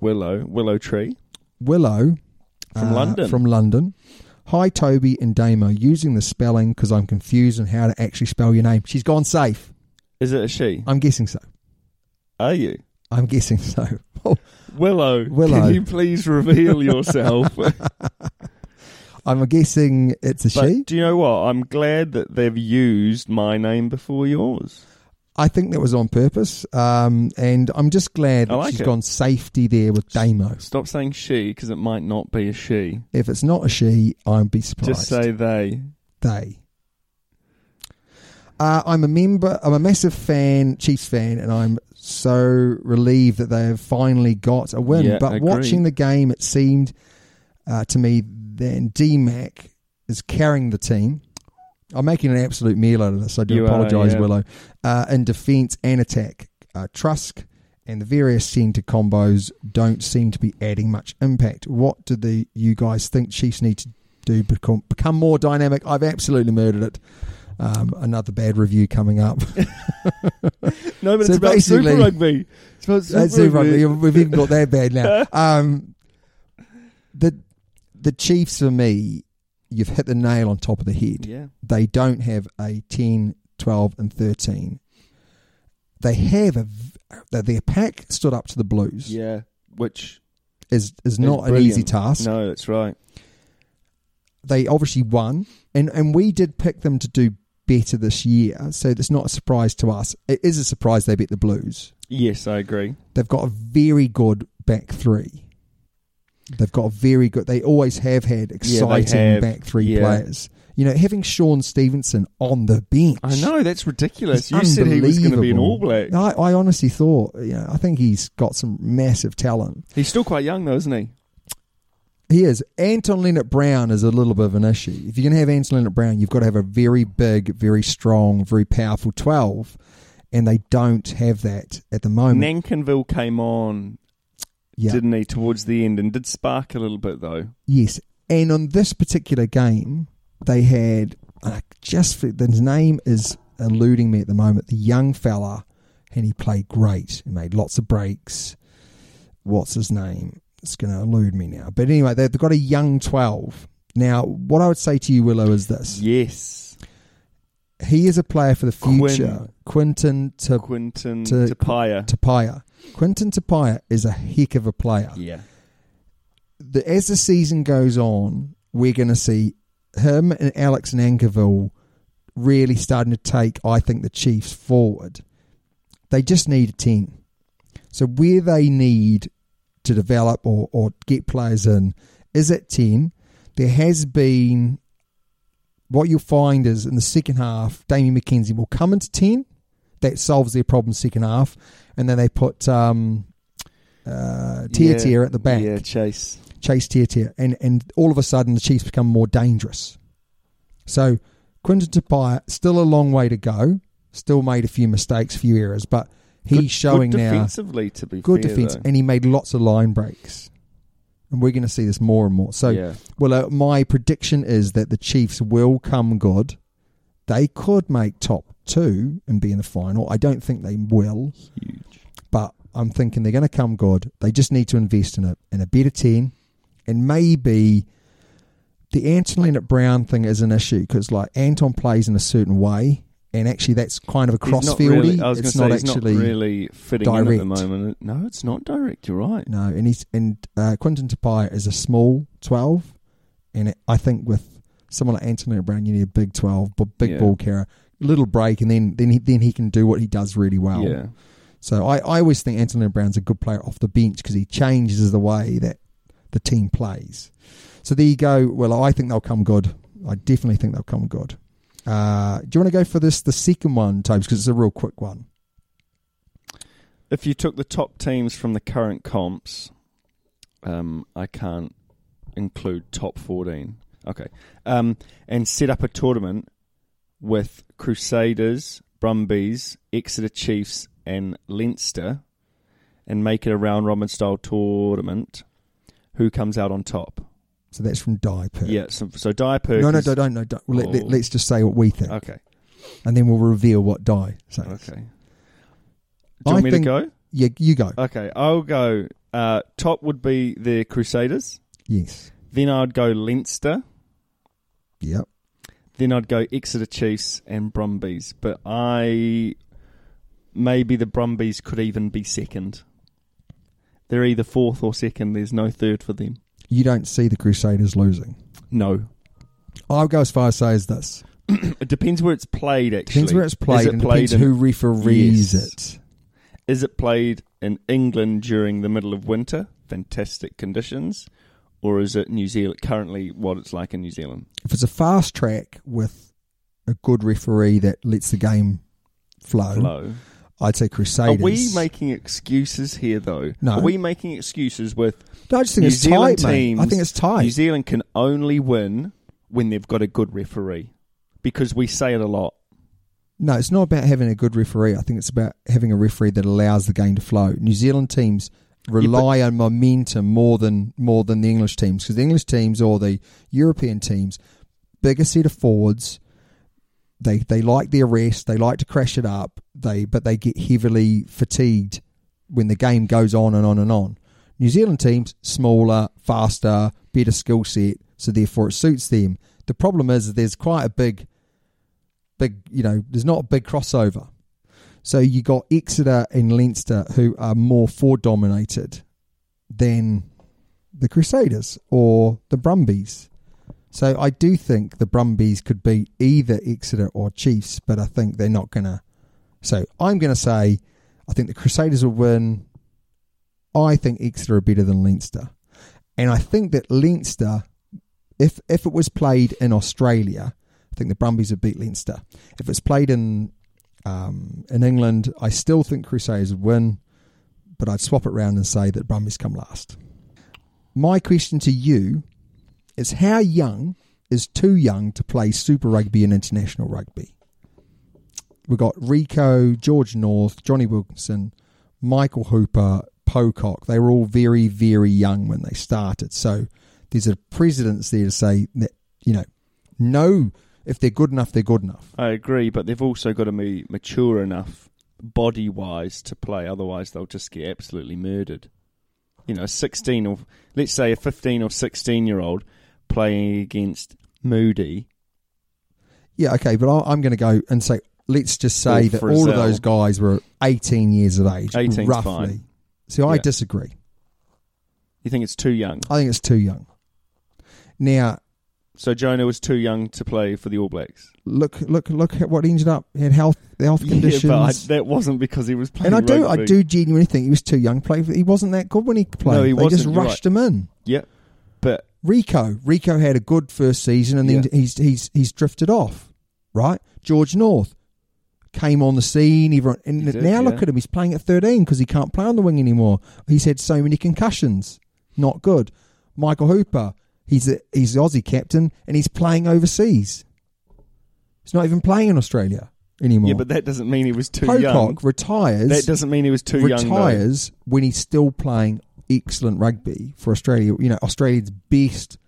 D: Willow Willow Tree.
C: Willow uh,
D: From London.
C: From London. Hi, Toby and Damo. Using the spelling because I'm confused on how to actually spell your name. She's gone safe.
D: Is it a she?
C: I'm guessing so.
D: Are you
C: I'm guessing so.
D: Willow?
C: Willow.
D: Can you please reveal yourself?
C: I'm guessing it's a she.
D: But do you know what? I'm glad that they've used my name before yours.
C: I think that was on purpose. Um, and I'm just glad
D: I
C: that
D: like
C: she's
D: it.
C: gone safety there with Damo.
D: Stop saying she because it might not be a she.
C: If it's not a she, I'd be surprised.
D: Just say they.
C: they. Uh, I'm a member. I'm a massive fan, Chiefs fan, and I'm so relieved that they have finally got a win.
D: Yeah,
C: but
D: agreed.
C: watching the game, it seemed uh, to me that DMAC is carrying the team. I'm making an absolute meal out of this. I do
D: You are,
C: apologise,
D: yeah.
C: Willow. Uh, in defence and attack, uh, Trusk and the various centre combos don't seem to be adding much impact. What do the you guys think Chiefs need to do become become more dynamic? I've absolutely murdered it. Um, another bad review coming up.
D: No, but
C: So
D: it's about Super
C: basically-
D: Rugby. It's about Super
C: That's it, right. We've even got that bad now. Um, the the Chiefs for me, you've hit the nail on top of the head.
D: Yeah.
C: They don't have a 10, 12, and 13. They have a v- their pack stood up to the Blues
D: Yeah. Which
C: is is
D: is
C: not an
D: brilliant.
C: easy task.
D: No, that's right.
C: They obviously won, and and we did pick them to do better this year, so it's not a surprise to us. It is a surprise they beat the Blues.
D: Yes, I agree.
C: They've got a very good back three. They've got a very good. They always have had exciting
D: have.
C: back three
D: Yeah.
C: players. You know, having Sean Stevenson on the bench.
D: I know that's ridiculous.
C: is
D: You said he was going to be an
C: unbelievable.
D: All Black.
C: I, I honestly thought, you know, I think he's got some massive talent.
D: He's still quite young though, isn't he?
C: He is. Anton Leonard Brown is a little bit of an issue. If you're going to have Anton Leonard Brown, you've got to have a very big, very strong, very powerful 12, and they don't have that at the moment.
D: Nankinville came on,
C: yeah.
D: didn't he, towards the end, and did spark a little bit though.
C: Yes, and on this particular game, they had uh, just the his name is eluding me at the moment. The young fella, and he played great. He made lots of breaks. What's his name? It's going to elude me now. But anyway, they've got a young twelve. Now, what I would say to you, Willow, is this:
D: Yes,
C: he is a player for the
D: Quin-
C: future. Quinton to
D: Quinton
C: To-
D: Tapia.
C: Tapia. Quinton Tapia is a heck of a player.
D: Yeah.
C: The, as the season goes on, we're going to see him and Alex Nankerville really starting to take, I think, the Chiefs forward. They just need a 10. So where they need to develop or, or get players in is at 10. There has been, what you'll find is in the second half, Damien McKenzie will come into 10. That solves their problem second half. And then they put um, uh, Tier
D: Yeah.
C: Tier at the back.
D: Yeah, Chase.
C: Chase Tier Tier, and and all of a sudden the Chiefs become more dangerous. So Quinton Tapia still a long way to go. Still made a few mistakes, few errors, but he's
D: Good-
C: showing
D: good
C: now
D: defensively to be
C: good
D: fair,
C: defense,
D: though.
C: and he made lots of line breaks. And we're going to see this more and more. So,
D: Yeah.
C: well, uh, my prediction is that the Chiefs will come good. They could make top two and be in the final. I don't think they will
D: Huge.
C: but I'm thinking they're going to come good. They just need to invest in a in a better team, and maybe the Antonina Brown thing is an issue because like Anton plays in a certain way, and actually that's kind of a
D: He's not
C: cross
D: really- I was
C: it's
D: gonna
C: not
D: say, he's
C: actually
D: not really fitting in at
C: direct.
D: the moment. No, it's not direct. You're right.
C: no, and he's and uh, Quinton Tapia is a small twelve, and it, I think with someone like Antonina Brown, you need a big twelve, but big
D: Yeah.
C: ball carrier, little break, and then then he, then he can do what he does really well.
D: Yeah.
C: So I, I always think Antonio Brown's a good player off the bench because he changes the way that the team plays. So there you go. Well, I think they'll come good. I definitely think they'll come good. Uh, do you want to go for this, the second one, Tobes, because it's a real quick one?
D: If you took the top teams from the current comps, um, I can't include top 14. Okay. Um, and set up a tournament with Crusaders, Brumbies, Exeter Chiefs, and Leinster and make it a round robin style tournament. Who comes out on top?
C: So that's from Die Perk.
D: Yeah, so, so Dyer Perk
C: No, no,
D: is-
C: no, don't, no, don't. Well, Let,
D: Oh.
C: us just say what we think,
D: Okay,
C: and then we'll reveal what Die says.
D: okay. Do
C: I
D: you want me
C: think-
D: to go? Uh,
C: Yeah, you go.
D: Okay, I'll go. Uh, top would be the Crusaders.
C: yes.
D: Then I'd go Leinster.
C: Yep.
D: Then I'd go Exeter Chiefs and Brumbies. But I maybe the Brumbies could even be second. They're either fourth or second. There's no third for them.
C: You don't see the Crusaders losing.
D: No,
C: I'll go as far as say as this.
D: it depends where it's played. Actually,
C: Depends where it's
D: Is
C: played,
D: it
C: and
D: played
C: depends
D: in-
C: who referees
D: Yes.
C: it.
D: Is it played in England during the middle of winter? Fantastic conditions. Or is it New Zealand currently what it's like in New Zealand?
C: if it's a fast track with a good referee that lets the game flow,
D: Hello.
C: I'd say
D: Are
C: Crusaders.
D: we making excuses here though?
C: No.
D: Are we making excuses with
C: No, I just think
D: New
C: it's
D: Zealand
C: tight,
D: teams?
C: mate. I think it's tight.
D: New Zealand can only win when they've got a good referee. Because we say it a lot.
C: no, it's not about having a good referee. I think it's about having a referee that allows the game to flow. New Zealand teams rely on momentum more than more than the English teams because the English teams or the European teams, bigger set of forwards. They they like their rest. They like to crash it up. They but they get heavily fatigued when the game goes on and on and on. New Zealand teams smaller, faster, better skill set, so therefore it suits them. The problem is that there's quite a big, big you know, there's not a big crossover. So you got Exeter and Leinster who are more forward dominated than the Crusaders or the Brumbies. So I do think the Brumbies could beat either Exeter or Chiefs, but I think they're not going to. So I'm going to say I think the Crusaders will win. I think Exeter are better than Leinster. And I think that Leinster, if if it was played in Australia, I think the Brumbies would beat Leinster. If it's played in um, in England, I still think Crusaders would win, but I'd swap it round and say that Brumbies come last. My question to you is how young is too young to play Super Rugby and international rugby? We've got Rico, George North, Johnny Wilkinson, Michael Hooper, Pocock. They were all very, very young when they started. So there's a precedence there to say that, you know, no, if they're good enough, they're good enough.
D: I agree, but they've also got to be mature enough body wise to play, otherwise they'll just get absolutely murdered. You know, a sixteen or let's say a fifteen or sixteen year old playing against Moody.
C: Yeah, okay, but I- I'm going to go and say, let's just say
D: Or
C: that
D: Frizzell.
C: all of those guys were 18 years of age,
D: 18's
C: roughly.
D: fine.
C: See, I
D: Yeah.
C: disagree.
D: You think it's too young?
C: I think it's too young. Now,
D: So Jonah was too young to play for the All Blacks.
C: look, look, look at what he ended up. He had health, health conditions.
D: Yeah, but I, that wasn't because he was playing.
C: and I do, I
D: rugby.
C: do genuinely think he was too young. to Play, he wasn't that good when he played.
D: he
C: they just
D: wasn't, you're
C: rushed him in.
D: Yeah, but
C: Rico, Rico had a good first season, and then
D: Yeah.
C: he's he's he's drifted off. Right, George North came on the scene. Everyone, and
D: He did,
C: now look
D: yeah.
C: at him. He's playing at thirteen because he can't play on the wing anymore. He's had so many concussions. Not good. Michael Hooper, he's a, he's the Aussie captain, and he's playing overseas. He's not even playing in Australia anymore.
D: yeah, but that doesn't mean he was too
C: Pocock
D: young.
C: retires
D: That doesn't mean he was too young. though.
C: retires when he's still playing excellent rugby for Australia. You know, Australia's best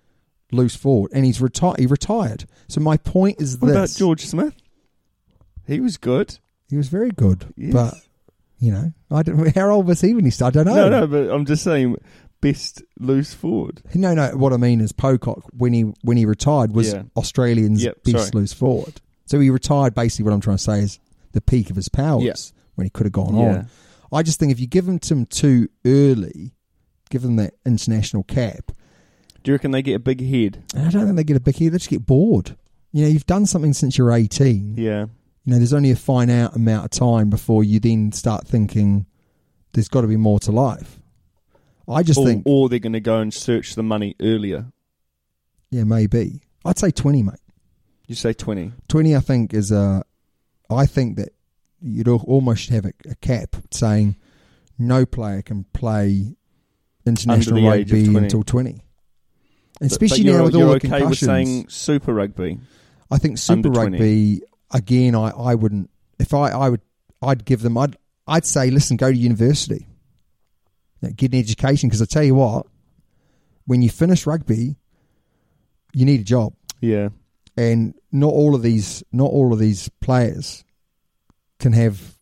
C: loose forward, and he's retired. He retired. So my point is
D: What
C: this:
D: about George Smith? He was good.
C: he was very good,
D: Yes.
C: but you know, I don't. How old was he when he started? I don't know.
D: No, no, but I'm just saying, best loose forward.
C: No, no. What I mean is Pocock when he when he retired was
D: Yeah.
C: Australian's
D: Yep,
C: best
D: sorry.
C: loose forward. So he retired. Basically, what I'm trying to say is the peak of his powers
D: Yeah.
C: when he could have gone
D: Yeah.
C: on. I just think if you give him to him too early, give him that international cap,
D: Do you reckon they get a big head?
C: and I don't think they get a big head. They just get bored. You know, you've done something since you're 18.
D: Yeah,
C: You know, there's only a finite amount of time before you then start thinking there's got to be more to life. I just
D: or,
C: think,
D: or they're going to go and search the money earlier.
C: yeah, maybe. I'd say 20, mate.
D: You say twenty.
C: 20 i think is a i think that you'd al- almost have a, a cap saying no player can play international
D: Under the age of
C: rugby
D: 20.
C: until 20
D: But- but
C: especially
D: you're,
C: now with
D: you're
C: all the
D: okay
C: concussions
D: with saying Super Rugby.
C: i think super
D: under 20.
C: rugby again i i wouldn't if i i would i'd give them i'd i'd say listen go to university You know, get an education because i tell you what when you finish rugby you need a job
D: Yeah,
C: and not all of these not all of these players can have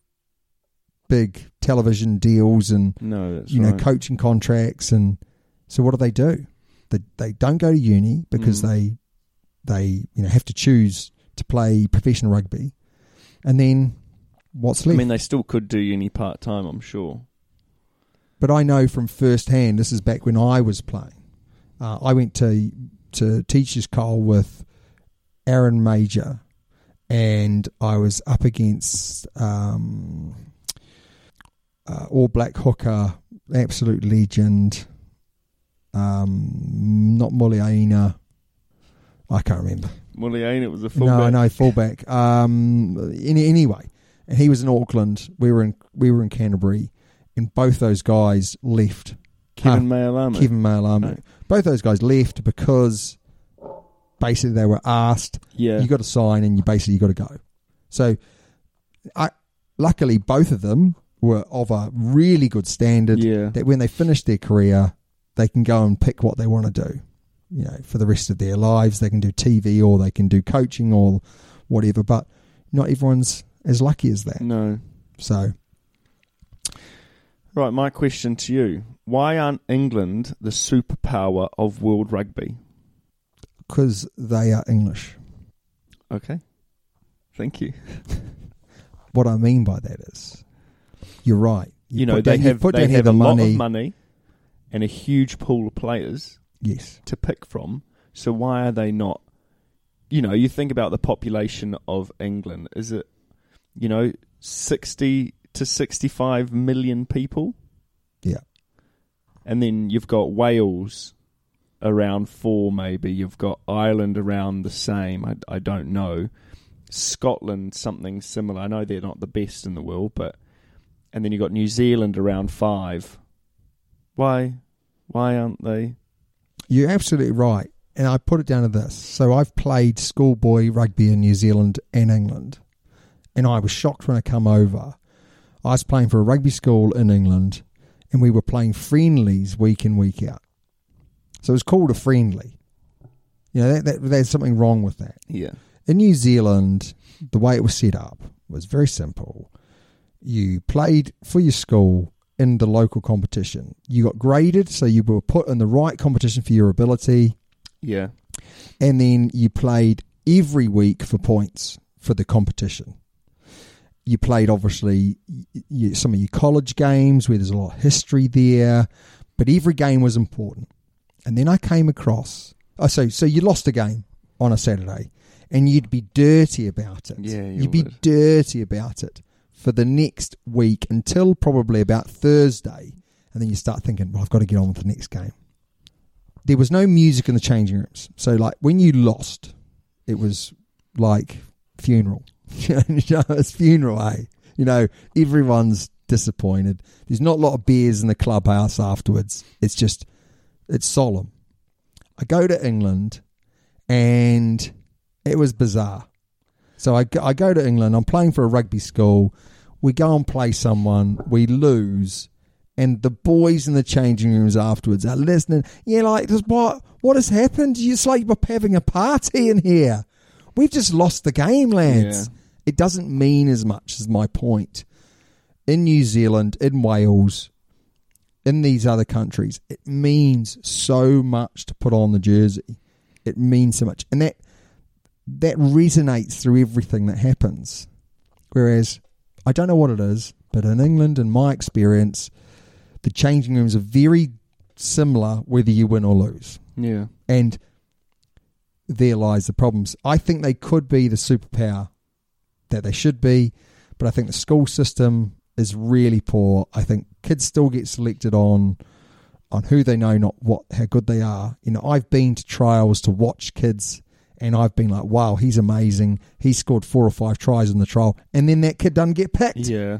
C: big television deals and
D: no, that's
C: you know
D: right.
C: coaching contracts and so what do they do they they don't go to uni because
D: Mm.
C: they they you know have to choose to play professional rugby and then what's
D: I
C: left
D: mean, they still could do uni part time. I'm sure.
C: but I know from first hand. This is back when I was playing. Uh, I went to to teachers' call with Aaron Major, and I was up against um, uh, All Black hooker, absolute legend. Um, not Muliaina. I can't remember.
D: Willie Ain't it was a
C: No,
D: fullback.
C: no, fullback. Um, any, anyway, and he was in Auckland. We were in we were in Canterbury, and both those guys left.
D: Kevin
C: Ah,
D: Mayalama.
C: Kevin Malamo.
D: Oh.
C: Both those guys left because basically they were asked,
D: Yeah.
C: "You got to sign, and you basically you got to go." So, I luckily both of them were of a really good standard
D: Yeah.
C: that when they finish their career, they can go and pick what they want to do. You know, for the rest of their lives, they can do TV or they can do coaching or whatever. But not everyone's as lucky as that.
D: no.
C: So
D: Right, my question to you: Why aren't England the superpower of world rugby?
C: because they are English.
D: Okay. Thank you.
C: What I mean by that is, you're right.
D: You,
C: You've
D: know
C: put
D: they
C: down, you've
D: have
C: put
D: they
C: down here
D: have
C: the
D: a
C: money.
D: lot of money and a huge pool of players
C: Yes,
D: to pick from. So why are they not? You know, you think about the population of England. Is it, you know, sixty to sixty-five million people?
C: yeah,
D: and then you've got Wales around four, maybe you've got Ireland around the same. I, I don't know. Scotland something similar. I know they're not the best in the world, but and then you've got New Zealand around five. Why, why aren't they?
C: you're absolutely right. And I put it down to this. So I've played schoolboy rugby in New Zealand and England, and I was shocked when I come over. I was playing for a rugby school in England, and we were playing friendlies week in week out. So it was called a friendly. You know, that, that, there's something wrong with that.
D: Yeah,
C: in New Zealand, the way it was set up was very simple. You played for your school in the local competition. You got graded, so you were put in the right competition for your ability,
D: yeah,
C: and then you played every week for points for the competition. you played obviously y y some of your college games where there's a lot of history there, but every game was important. And then I came across, oh, so so you lost a game on a Saturday, and you'd be dirty about it.
D: Yeah, you
C: you'd be
D: would.
C: dirty about it for the next week until probably about Thursday, and then you start thinking, well, I've got to get on with the next game. There was no music in the changing rooms, so like when you lost, it was like funeral. you know, it's funeral, eh? You know, everyone's disappointed. There's not a lot of beers in the clubhouse afterwards. It's just, it's solemn. I go to England and it was bizarre. So I go, I go to England, I'm playing for a rugby school. We go and play someone, we lose. And the boys in the changing rooms afterwards are listening. Yeah, like just what what has happened? It's like we're having a party in here. We've just lost the game, lads.
D: Yeah.
C: It doesn't mean as much as my point. In New Zealand, in Wales, in these other countries, it means so much to put on the jersey. It means so much, and that that resonates through everything that happens. Whereas I don't know what it is, but in England, in my experience, the changing rooms are very similar whether you win or lose,
D: Yeah.
C: and there lies the problems. I think they could be the superpower that they should be, but I think the school system is really poor. I think kids still get selected on on who they know, not what how good they are. You know, I've been to trials to watch kids and I've been like, wow, he's amazing. He scored four or five tries in the trial and then that kid doesn't get picked.
D: Yeah.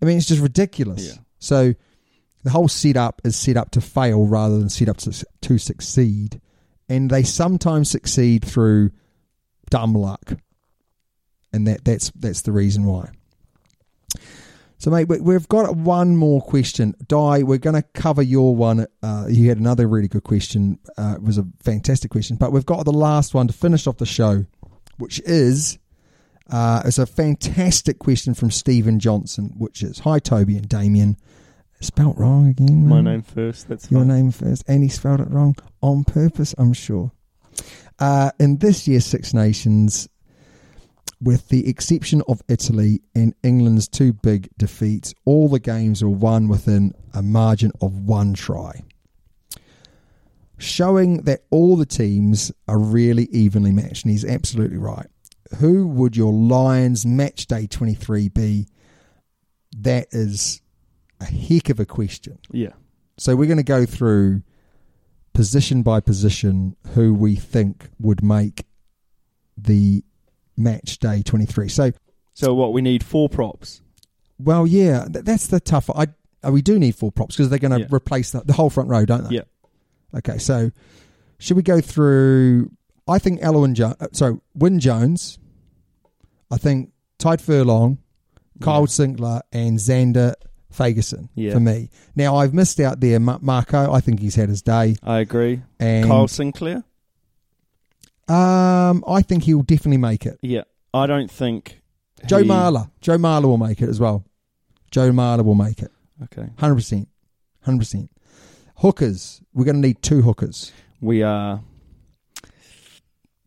C: I mean it's just ridiculous.
D: Yeah.
C: So the whole setup is set up to fail rather than set up to, to succeed. And they sometimes succeed through dumb luck. And that, that's that's the reason why. So, mate, we, we've got one more question. Di, we're going to cover your one. Uh, you had another really good question. Uh, it was a fantastic question. But we've got the last one to finish off the show, which is uh, it's a fantastic question from Stephen Johnson, which is Hi, Toby and Damien. Spelt wrong again.
D: My
C: man.
D: name first. That's
C: Mm. Your
D: fine.
C: name first. And he spelled it wrong on purpose, I'm sure. Uh, in this year's Six Nations, with the exception of Italy and England's two big defeats, all the games were won within a margin of one try, showing that all the teams are really evenly matched. And he's absolutely right. Who would your Lions match day 23 be? That is a heck of a question.
D: Yeah.
C: So we're going to go through position by position who we think would make the match day 23. So,
D: So what we need four props.
C: well, yeah, th- that's the tough. I uh, we do need four props because they're going to
D: Yeah.
C: replace the, the whole front row, don't they?
D: Yeah.
C: Okay, so should we go through? I think Elwin Jones. So Wynn uh, Jones. I think Tide Furlong, Kyle Sinclair, and Xander Fagerson
D: Yeah.
C: for me. Now I've missed out there Ma- Marco. I think he's had his day.
D: I agree.
C: And
D: Kyle Sinclair.
C: Um, I think he'll definitely make it.
D: Yeah. I don't think
C: Joe
D: he-
C: Marler. Joe Marler will make it as well. Joe Marler will make it.
D: Okay.
C: 100%. 100%. Hookers. We're going to need two hookers.
D: We are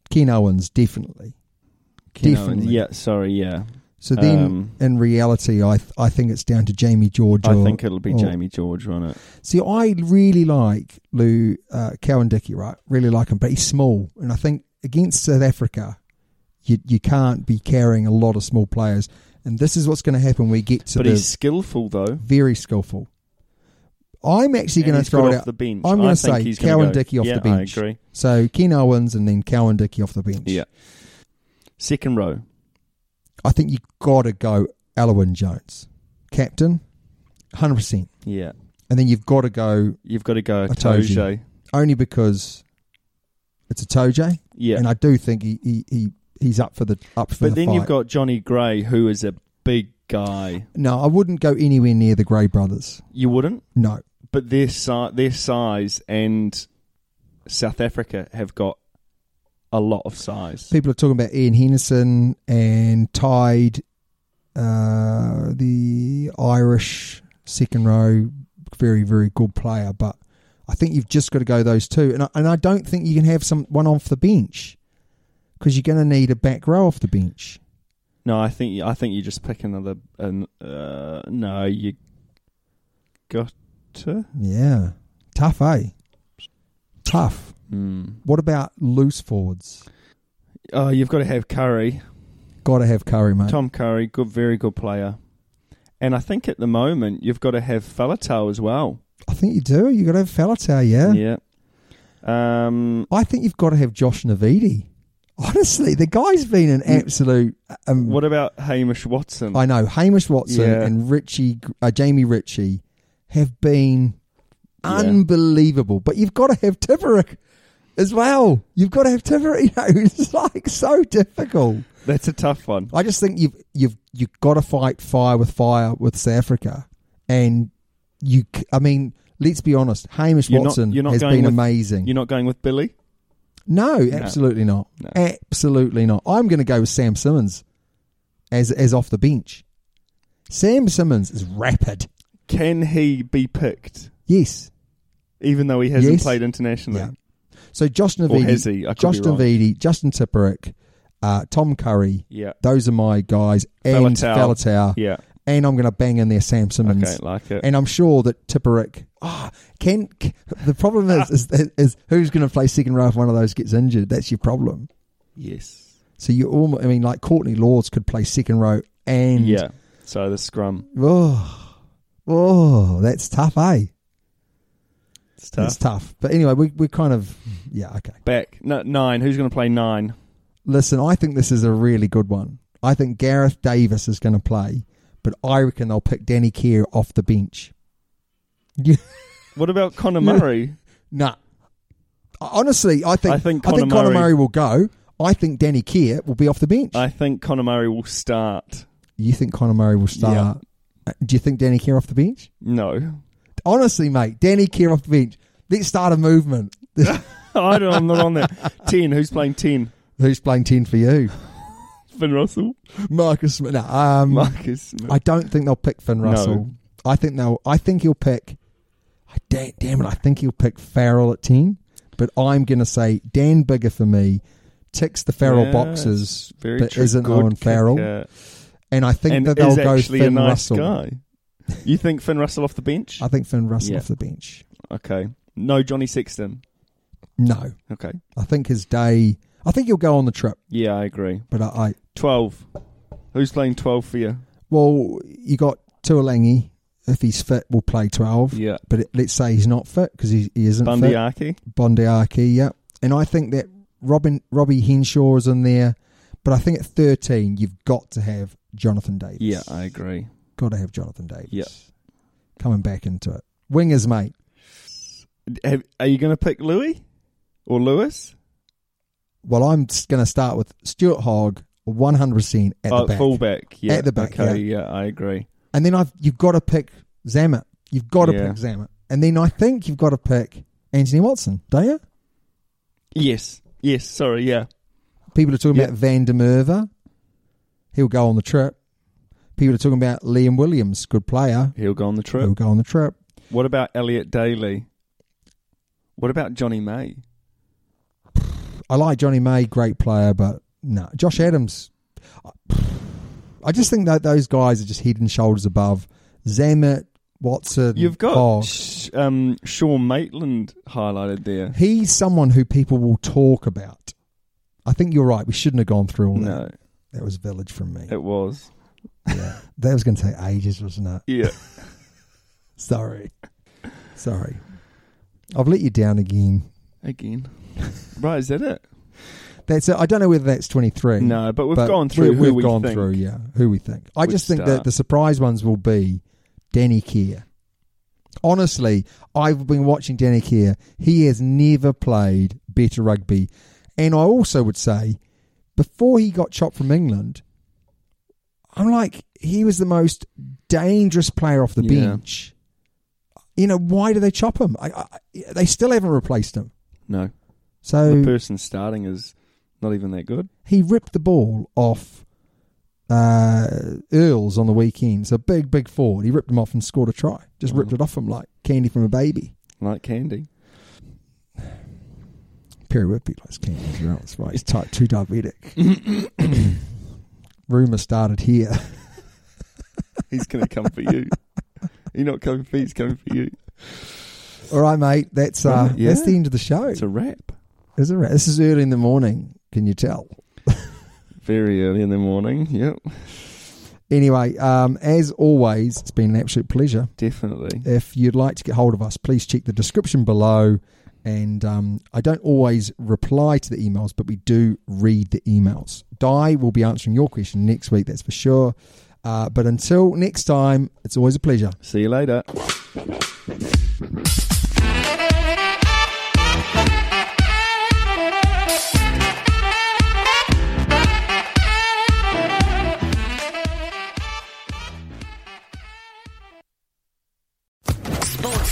C: Ken Owens, definitely. Definitely.
D: Yeah. Sorry. Yeah.
C: So then,
D: Um,
C: in reality, I th- I think it's down to Jamie George.
D: I
C: or-
D: think it'll be
C: or-
D: Jamie George on it.
C: See, I really like Lou uh, Cowan Dickey, right? Really like him, but he's small, and I think against South Africa, you you can't be carrying a lot of small players. And this is what's going to happen. when We get to
D: but
C: the
D: he's skillful though.
C: very skillful. I'm actually
D: And
C: going to
D: he's
C: throw
D: good
C: it
D: off
C: out.
D: the bench.
C: I'm
D: I
C: going to
D: think
C: say
D: he's gonna
C: Cowan
D: go.
C: Dickey off
D: Yeah,
C: the
D: I
C: bench.
D: agree.
C: So Ken Owens and then Cowan Dickey off the bench.
D: Yeah. Second row.
C: I think you got to go Alwyn Jones, captain, hundred percent,
D: Yeah.
C: and then you've got to go
D: You've got to go
C: Itoje.
D: Toje.
C: only because it's a Toje,
D: Yeah.
C: and I do think he, he, he he's up for the up for the
D: but then you've
C: fight.
D: got Johnny Gray, who is a big guy.
C: no, I wouldn't go anywhere near the Grey brothers.
D: You wouldn't,
C: No,
D: but their si- their size and South Africa have got a lot of size.
C: people are talking about Ian Henderson and Tide, uh, the Irish second row, very very good player. But I think you've just got to go those two, and I, and I don't think you can have some one off the bench because you're going to need a back row off the bench.
D: No, I think I think you just pick another. An, uh, no, you got to.
C: Yeah. Tough, eh? Tough.
D: Mm.
C: What about loose forwards?
D: Oh, you've got to have Curry.
C: Got to have Curry, mate.
D: Tom Curry, good, very good player. And I think at the moment you've got to have Falatau as well.
C: I think you do. you got to have Falatau, yeah?
D: Yeah. Um,
C: I think you've got to have Josh Navidi. Honestly, the guy's been an absolute. Um,
D: what about Hamish Watson?
C: I know Hamish Watson
D: Yeah.
C: and Richie, uh, Jamie Ritchie, have been unbelievable. But you've got to have Tiverick as well. You've got to have Tiverick. You know, it's like so difficult.
D: That's a tough one.
C: I just think you've you've you've got to fight fire with fire with South Africa, and you. c- I mean, let's be honest. Hamish
D: You're not-
C: Watson
D: you're not
C: has
D: going
C: been
D: with-
C: amazing.
D: You're not going with Billy?
C: No, absolutely not.
D: No.
C: Absolutely not. I'm going to go with Sam Simmons as as off the bench. Sam Simmons is rapid.
D: Can he be picked,
C: Yes.
D: even though he hasn't
C: Yes.
D: played internationally?
C: Yeah. So Josh Navidi,
D: has he? I could
C: Josh
D: be wrong.
C: Navidi, Justin Tipperick, uh, Tom Curry.
D: Yeah.
C: Those are my guys. And
D: Faletau.
C: Faletau.
D: Yeah.
C: And I'm going to bang in there Sam Simmons.
D: Okay, like it.
C: And I'm sure that Tipperick. Ah, can, can- the problem is, is is who's going to play second row if one of those gets injured? That's your problem.
D: Yes.
C: So you almost, I mean, like Courtney Laws could play second row and
D: Yeah. So the scrum.
C: Oh, oh, that's tough, eh?
D: It's tough.
C: It's tough. But anyway, we we kind of yeah okay.
D: Back no, nine. Who's going to play nine?
C: Listen, I think this is a really good one. I think Gareth Davis is going to play, but I reckon they'll pick Danny Kerr off the bench. Yeah,
D: What about Connor Murray?
C: nah. Honestly, I think
D: I think
C: I think
D: Connor
C: Connor
D: Murray-
C: Murray will go. I think Danny Kerr will be off the bench.
D: I think Connor Murray will start.
C: you think Connor Murray will start? Uh, Do you think Danny Kerr off the bench?
D: No,
C: honestly, mate, Danny Kerr off the bench. Let's start a movement.
D: I don't. I'm not on there. Ten. Who's playing ten?
C: Who's playing ten for you,
D: Finn Russell,
C: Marcus? Smith. No, um,
D: Marcus. Smith.
C: I don't think they'll pick Finn
D: No.
C: Russell. I think they'll. I think he'll pick. I damn, damn it! I think he'll pick Farrell at ten. But I'm going to say Dan Bigger for me ticks the Farrell
D: Yeah,
C: boxes,
D: it's very
C: but
D: true.
C: isn't
D: Good
C: Owen Farrell.
D: kicker.
C: And I think
D: and
C: that
D: is
C: they'll go
D: actually
C: Finn
D: a nice
C: Russell.
D: guy. You think Finn Russell off the bench?
C: I think Finn Russell
D: Yeah.
C: off the bench.
D: Okay. No, Johnny Sexton.
C: No,
D: Okay.
C: I think his day. I think he'll go on the trip,
D: Yeah, I agree.
C: but I, I
D: Twelve. Who's playing twelve for you?
C: Well, you got Tuolangi. If he's fit, will play 12.
D: Yeah.
C: But it, let's say he's not fit because he, he isn't fit.
D: Bundyaki.
C: Bondiaki, yeah. And I think that Robin Robbie Henshaw is in there. But I think at 13, you've got to have Jonathan Davis.
D: Yeah, I agree.
C: Got to have Jonathan Davis.
D: Yeah.
C: Coming back into it. Wingers, mate.
D: Have, are you going to pick Louis or Lewis?
C: Well, I'm going to start with Stuart Hogg, 100% at
D: oh,
C: the back.
D: fullback. Yeah.
C: At the back,
D: Okay. Yeah, I agree.
C: And then I've you've got to pick Zammit. You've got to
D: Yeah.
C: pick Zammit. And then I think you've got to pick Anthony Watson, don't you?
D: Yes. Yes. Sorry. Yeah.
C: People are talking
D: Yeah.
C: about Van der Merwe. He'll go on the trip. People are talking about Liam Williams, good player.
D: He'll go on the trip.
C: He'll go on the trip.
D: What about Elliot Daly? What about Johnny May?
C: I like Johnny May, great player, but no. Josh Adams. I just think that those guys are just head and shoulders above. Zammit, Watson.
D: You've got
C: Hogg.
D: sh um, Sean Maitland highlighted there.
C: He's someone who people will talk about. I think you're right. We shouldn't have gone through all that.
D: No,
C: That was village from me.
D: it was.
C: yeah. That was going to take ages, wasn't it?
D: Yeah.
C: Sorry. Sorry. I've let you down again.
D: Again. Right, is that it?
C: That's it. I don't know whether that's 23.
D: No, but we've gone through
C: we-
D: who
C: We've
D: we
C: gone
D: think.
C: through, yeah, who we think. I
D: Would
C: just think
D: start.
C: that the surprise ones will be Danny Keir. Honestly, I've been watching Danny Keir. He has never played better rugby. And I also would say, before he got chopped from England, I'm like, he was the most dangerous player off the
D: Yeah.
C: bench. You know, why do they chop him? I, I, they still haven't replaced him.
D: No.
C: So
D: The person starting is not even that good.
C: he ripped the ball off uh, Earls on the weekend. So big, big forward. He ripped him off and scored a try. Just
D: Mm-hmm.
C: ripped it off him like candy from a baby.
D: Like Candy.
C: Perry Whitby likes candy as well. That's why he's type 2 diabetic. rumour started here.
D: He's going to come for you. You're not coming for me, he's coming for you.
C: All right, mate. That's uh,
D: Yeah.
C: that's the end of the show.
D: It's a wrap.
C: Is it right? This is early in the morning. Can you tell?
D: Very early in the morning. Yep,
C: Anyway, um, as always, it's been an absolute pleasure.
D: definitely.
C: If you'd like to get hold of us, please check the description below. And um, I don't always reply to the emails, but we do read the emails. Di will be answering your question next week, that's for sure. Uh, but until next time, it's always a pleasure.
D: See you later.
E: Sports